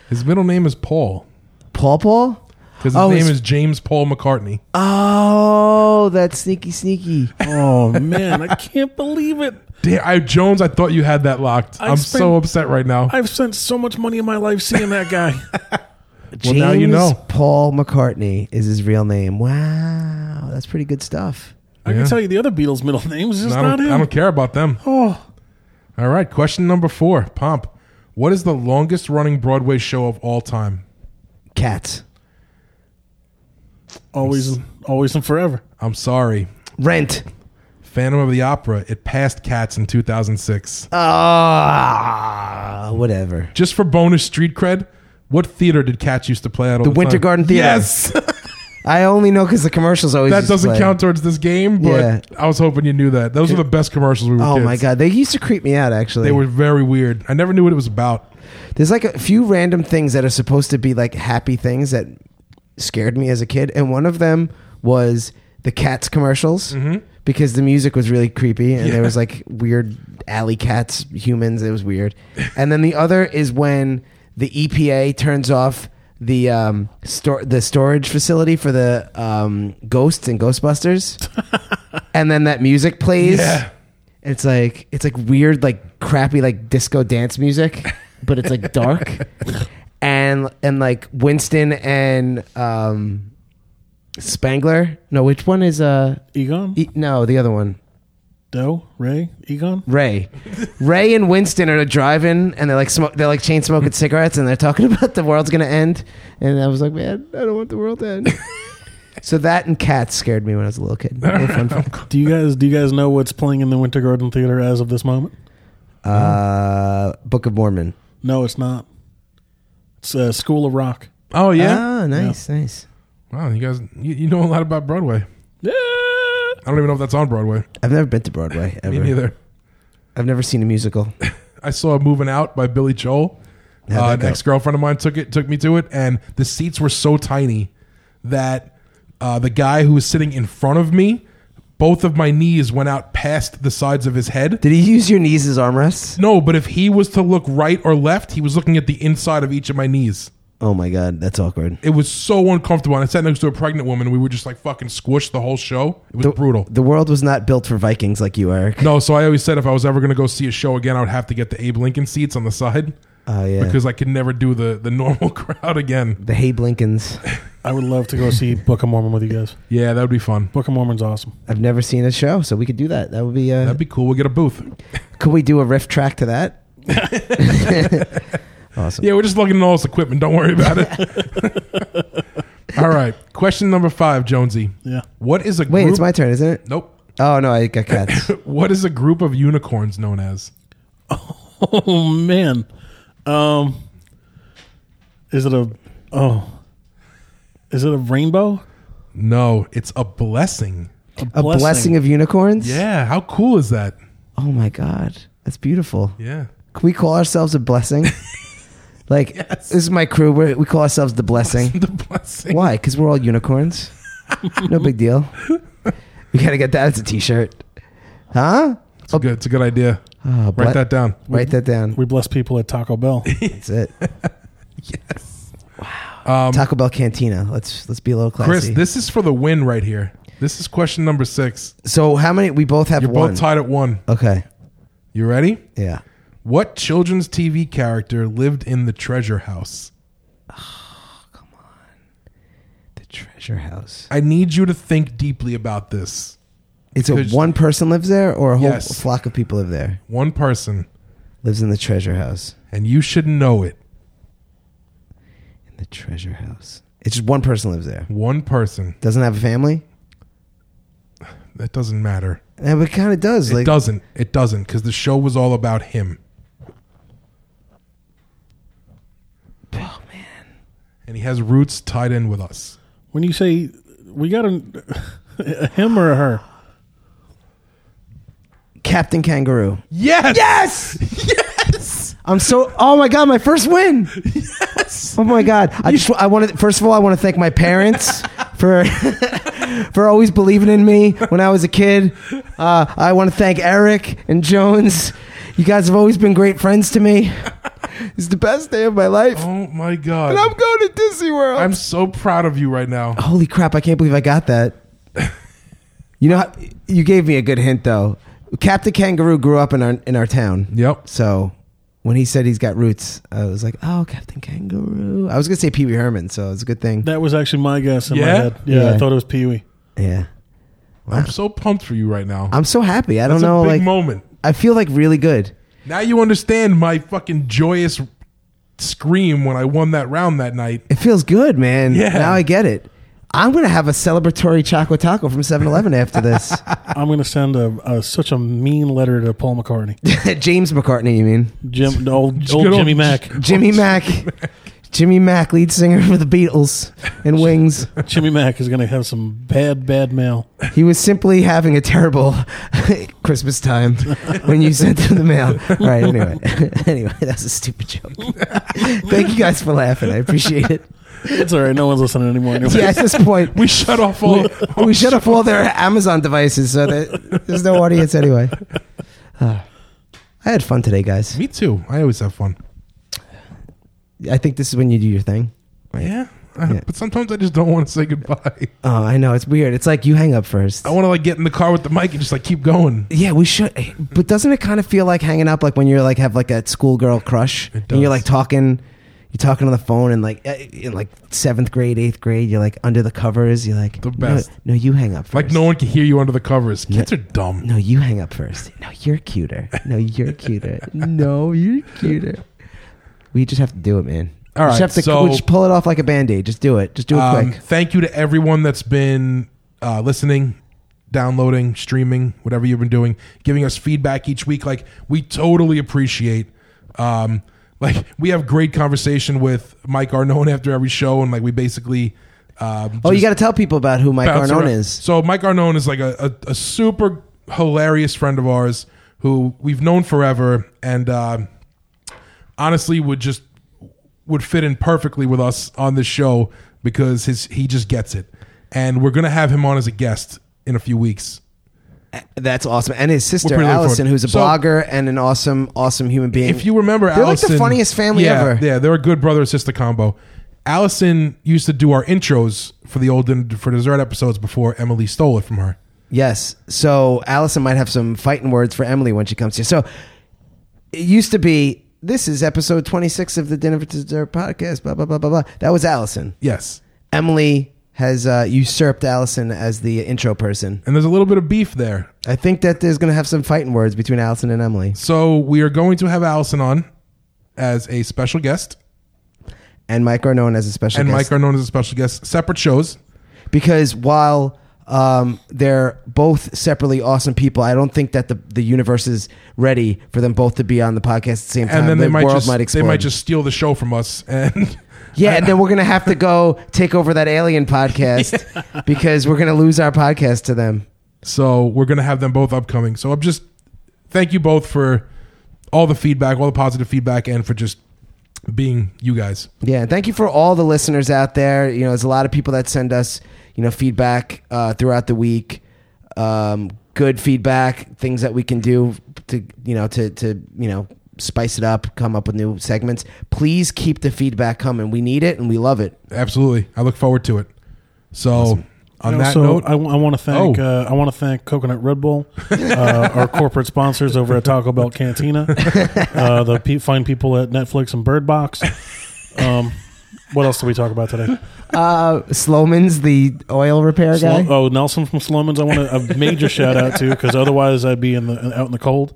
D: His middle name is Paul
C: Paul Paul?
D: because his
C: Oh,
D: name
C: it's-
D: is James Paul McCartney.
C: Oh, that's sneaky, sneaky.
E: Oh, man. I can't believe it.
D: Damn, I, Jones, I thought you had that locked.
E: I
D: I'm
E: spent-
D: so upset right now.
E: I've spent so much money in my life seeing that guy.
C: James
D: now you know.
C: Paul McCartney is his real name. Wow, that's pretty good stuff.
E: I
D: Yeah.
E: can tell you the other Beatles' middle name is just
D: I
E: not
D: don't,
E: him.
D: I don't care about them.
E: oh,
D: All right, question number four, Pomp. What is the longest running Broadway show of all time?
C: Cats.
E: always, always and forever.
D: I'm sorry.
C: Rent.
D: Phantom of the Opera. It passed Cats in 2006.
C: Ah, whatever.
D: Just for bonus street cred, what theater did Cats used to play at all the,
C: Winter
D: time?
C: Garden Theater.
D: Yes,
C: I only know because the commercials always.
D: that
C: used to
D: doesn't
C: play.
D: count towards this game, but
C: Yeah.
D: I was hoping you knew that. Those were the best commercials we were.
C: Oh
D: kids.
C: my god, they used to creep me out. Actually,
D: they were very weird. I never knew what it was about.
C: There's like a few random things that are supposed to be like happy things that scared me as a kid, and one of them was the cats commercials because the music was really creepy and there was like weird alley cats humans. It was weird, and then the other is when the EPA turns off the um store the storage facility for the um ghosts and Ghostbusters, and then that music plays. It's like it's like weird, like crappy, like disco dance music, but it's like dark, and and like Winston and um, Spangler. No, which one is uh?
E: Egon?
C: E- no, the other one.
E: Doe? Ray? Egon?
C: Ray, Ray and Winston are driving, and they're like smoke. They're like chain smoking cigarettes, and they're talking about the world's gonna end. And I was like, man, I don't want the world to end. so that and cats scared me when I was a little kid. They were fun films.
E: Do you guys do you guys know what's playing in the Winter Garden Theater as of this moment?
C: Uh, Book of Mormon.
E: No, it's not. It's uh, School of Rock.
D: Oh yeah.
C: Oh, nice, nice.
D: wow, you guys, you, you know a lot about Broadway.
E: Yeah.
D: I don't even know if that's on Broadway.
C: I've never been to Broadway ever.
D: Me neither.
C: I've never seen a musical.
D: I saw Moving Out by Billy Joel.
C: How'd
D: Uh,
C: that
D: an
C: go?
D: ex girlfriend of mine took it, took me to it, and the seats were so tiny that uh, the guy who was sitting in front of me, both of my knees went out past the sides of his head.
C: Did he use your knees as armrests?
D: No, but if he was to look right or left, he was looking at the inside of each of my knees.
C: Oh my god, that's awkward.
D: It was so uncomfortable. And I sat next to a pregnant woman, and we were just like fucking squished the whole show. It was brutal.
C: The world was not built for Vikings like you, Eric.
D: No, so I always said if I was ever going to go see a show again, I would have to get the Abe Lincoln seats on the side
C: Oh yeah,
D: because I could never do the the normal crowd again.
C: the Hay Blinkens.
E: I would love to go see Book of Mormon with you guys.
D: Yeah, that would be fun.
E: Book of Mormon's awesome.
C: I've never seen a show, so we could do that. That would be. Uh,
D: That'd be cool. We'll get a booth.
C: could we do a riff track to that? awesome.
D: Yeah, we're just looking at all this equipment. Don't worry about it. all right. Question number five, Jonesy.
E: Yeah.
D: What is a
C: Wait,
D: group?
C: it's my turn, isn't it?
D: nope.
C: Oh no, I got cats.
D: What is a group of unicorns known as?
E: Oh man. Um Is it a oh Is it a rainbow?
D: No, it's a blessing.
C: a blessing. of unicorns.
D: Yeah, how cool is that?
C: Oh my god, that's beautiful.
D: Yeah.
C: Can we call ourselves a blessing? like this is my crew. We're, we call ourselves the blessing.
D: The blessing.
C: Why? Because we're all unicorns. no big deal. We gotta get that as a T-shirt, huh?
D: It's, a good, it's a good idea.
C: Oh,
D: Ah, Write
C: ble-
D: that down.
C: Write that down.
E: We bless people at Taco Bell.
C: That's it.
D: Um,
C: yes. Wow. Taco Bell Cantina. Let's let's be a little
D: Chris,
C: classy.
D: this is for the win right here. This is question number six.
C: so how many? We both have
D: You're
C: one.
D: both tied at one.
C: okay.
D: You ready?
C: Yeah.
D: What children's TV character lived in the treasure house?
C: The Treasure House.
D: I need you to think deeply about this.
C: It's a
D: Because-
C: one person lives there, or a whole
D: Yes.
C: flock of people live there.
D: One person,
C: Lives in the Treasure House.
D: and you should know it.
C: In the Treasure House. It's just one person lives there.
D: One person.
C: Doesn't have a family.
D: That doesn't matter.
C: Yeah, but it kind of does.
D: It
C: like
D: doesn't. It doesn't because the show was all about him.
C: Oh, man.
D: And he has roots tied in with us.
E: When you say we got a, a him or a her?
C: Captain Kangaroo.
D: Yes.
C: Yes! I'm so. Oh my god, my first win. Oh my god, I just I want to. First of all, I want to thank my parents for for always believing in me when I was a kid. Uh, I want to thank Eric and Jones. You guys have always been great friends to me. It's the best day of my life,
D: Oh my
C: and I'm Oh.
D: god.
C: going to Disney World.
D: I'm so proud of you right now.
C: Holy crap! I can't believe I got that. You know, how- you gave me a good hint though. Captain Kangaroo grew up in our in our town.
D: Yep.
C: So when he said he's got roots, I was like, oh, Captain Kangaroo. I was gonna say Pee Wee Herman, so it's a good thing.
E: That was actually my guess in my
D: Yeah?
E: head. Yeah,
C: Yeah.
E: I thought it was Pee Wee.
C: Yeah,
D: I'm so pumped for you right now.
C: I'm so happy. I
D: That's
C: don't know,
D: a big
C: like
D: moment.
C: I feel like really good.
D: Now you understand my fucking joyous scream when I won that round that night.
C: It feels good, man.
D: Yeah.
C: Now I get it. I'm going to have a celebratory chocolate taco from 7 Eleven after this.
E: I'm going to send a, a such a mean letter to Paul McCartney,
C: James McCartney, you mean?
E: Jim, old,
D: Good
E: old
D: old
E: Jimmy Mack,
C: Jimmy Mack. Jimmy Mack, lead singer for the Beatles and Wings.
E: Jimmy Mack is going to have some bad, bad mail.
C: He was simply having a terrible Christmas time when you sent him the mail. All right, anyway. anyway, that's a stupid joke. Thank you guys for laughing. I appreciate it.
E: It's all right. No one's listening anymore. Anyway.
C: Yeah, at this point,
D: We shut off all.
C: we shut off all their Amazon devices so that there's no audience anyway. Ah. I had fun today, guys.
D: Me too. I always have fun.
C: I think this is when you do your thing.
D: Yeah. Uh,
C: Yeah.
D: But sometimes I just don't want to say goodbye.
C: Oh, I know. It's weird. It's like you hang up first.
D: I want to like get in the car with the mic and just like keep going.
C: Yeah, we should. eh, But doesn't it kind of feel like hanging up, like when you're like have like a schoolgirl crush,
D: It
C: and you're like
D: does.
C: talking, you're talking on the phone, and like eh, in like seventh grade, eighth grade, you're like under the covers, you're like
D: The
C: "No,
D: best.
C: No, you hang up first.
D: Like no one can hear you under the covers. Kids are dumb.
C: No, you hang up first. No, you're cuter. No, you're cuter. no, you're cuter. We just have to do it, man.
D: All
C: we just
D: right,
C: have to
D: so-
C: we just pull it off like a band aid. Just do it. Just do it
D: Um,
C: quick.
D: thank you to everyone that's been uh, listening, downloading, streaming, whatever you've been doing, giving us feedback each week. Like we totally appreciate. Um, like we have great conversation with Mike Arnone after every show, and like we basically. Um,
C: Oh, you
D: just
C: got to tell people about who Mike
D: bounce
C: Arnone
D: around.
C: is.
D: So Mike Arnone is like a, a, a super hilarious friend of ours who we've known forever, and um honestly would just would fit in perfectly with us on this show because his he just gets it, and we're gonna have him on as a guest in a few weeks.
C: That's awesome. And his
D: We're
C: sister
D: pretty looking
C: Allison,
D: forward-
C: who's a
D: So-
C: blogger and an awesome, awesome human being.
D: If you remember,
C: they're
D: Allison,
C: like the funniest family
D: yeah,
C: ever.
D: Yeah, they're a good brother and sister combo. Allison used to do our intros for the old Dinner for dessert episodes before Emily stole it from her.
C: Yes. So Allison might have some fighting words for Emily when she comes here. So it used to be this is episode twenty six of the Dinner for Dessert podcast. Blah blah blah blah blah. That was Allison.
D: Yes,
C: Emily has uh, usurped Allison as the intro person.
D: and there's a little bit of beef there.
C: I think that there's going to have some fighting words between Allison and Emily,
D: So we are going to have Allison on as a special guest,
C: and Mike Arnone as a special
D: and
C: guest.
D: Mike are known as a special guest. Separate shows.
C: because while um, they're both separately awesome people, I don't think that the the universe is ready for them both to be on the podcast at the same time.
D: And then
C: the
D: they might
C: world
D: just
C: might
D: they
C: explode.
D: might just steal the show from us and
C: Yeah, and then we're gonna have to go take over that alien podcast because we're gonna lose our podcast to them.
D: So we're gonna have them both upcoming. So I'm just thank you both for all the feedback, all the positive feedback, and for just being you guys.
C: Yeah, and thank you for all the listeners out there. You know, there's a lot of people that send us, you know, feedback uh, throughout the week. Um, good feedback, things that we can do to, you know, to to you know spice it up, come up with new segments. Please keep the feedback coming. We need it and we love it.
D: Absolutely, I look forward to it. So on
E: And
D: that
E: also,
D: note,
E: I, want to thank
D: Oh.
E: uh, I want to thank Coconut Red Bull, uh, our corporate sponsors over at Taco Bell Cantina, uh, the pe- fine people at Netflix and Bird Box. Um, what else did we talk about today?
C: Uh, Sloman's the oil repair guy.
E: Slo- oh, Nelson from Sloman's. I want a, a major shout out to because otherwise I'd be in the out in the cold.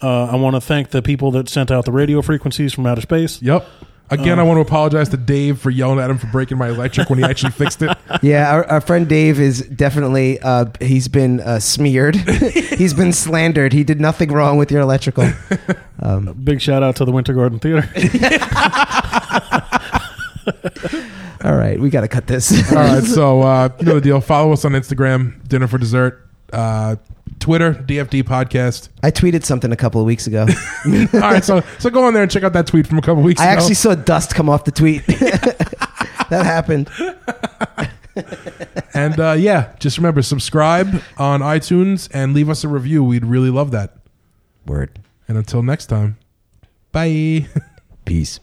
E: Uh, I want to thank the people that sent out the radio frequencies from outer space.
D: yep.
E: Uh,
D: Again, I want to apologize to Dave for yelling at him for breaking my electric when he actually fixed it.
C: Yeah, our, our friend Dave is definitely uh, he's been uh, smeared. he's been slandered. He did nothing wrong with your electrical.
E: Big shout out to the Winter Garden Theater.
C: All right, we got to cut this.
D: All right, so uh, you know the deal. Follow us on Instagram, Dinner for Dessert, uh, Twitter, DFD Podcast.
C: I tweeted something a couple of weeks ago.
D: All right, so so go on there and check out that tweet from a couple weeks
C: I
D: ago.
C: actually saw dust come off the tweet. that happened.
D: and uh, yeah, just remember subscribe on iTunes and leave us a review. We'd really love that.
C: Word.
D: And until next time, bye.
C: Peace.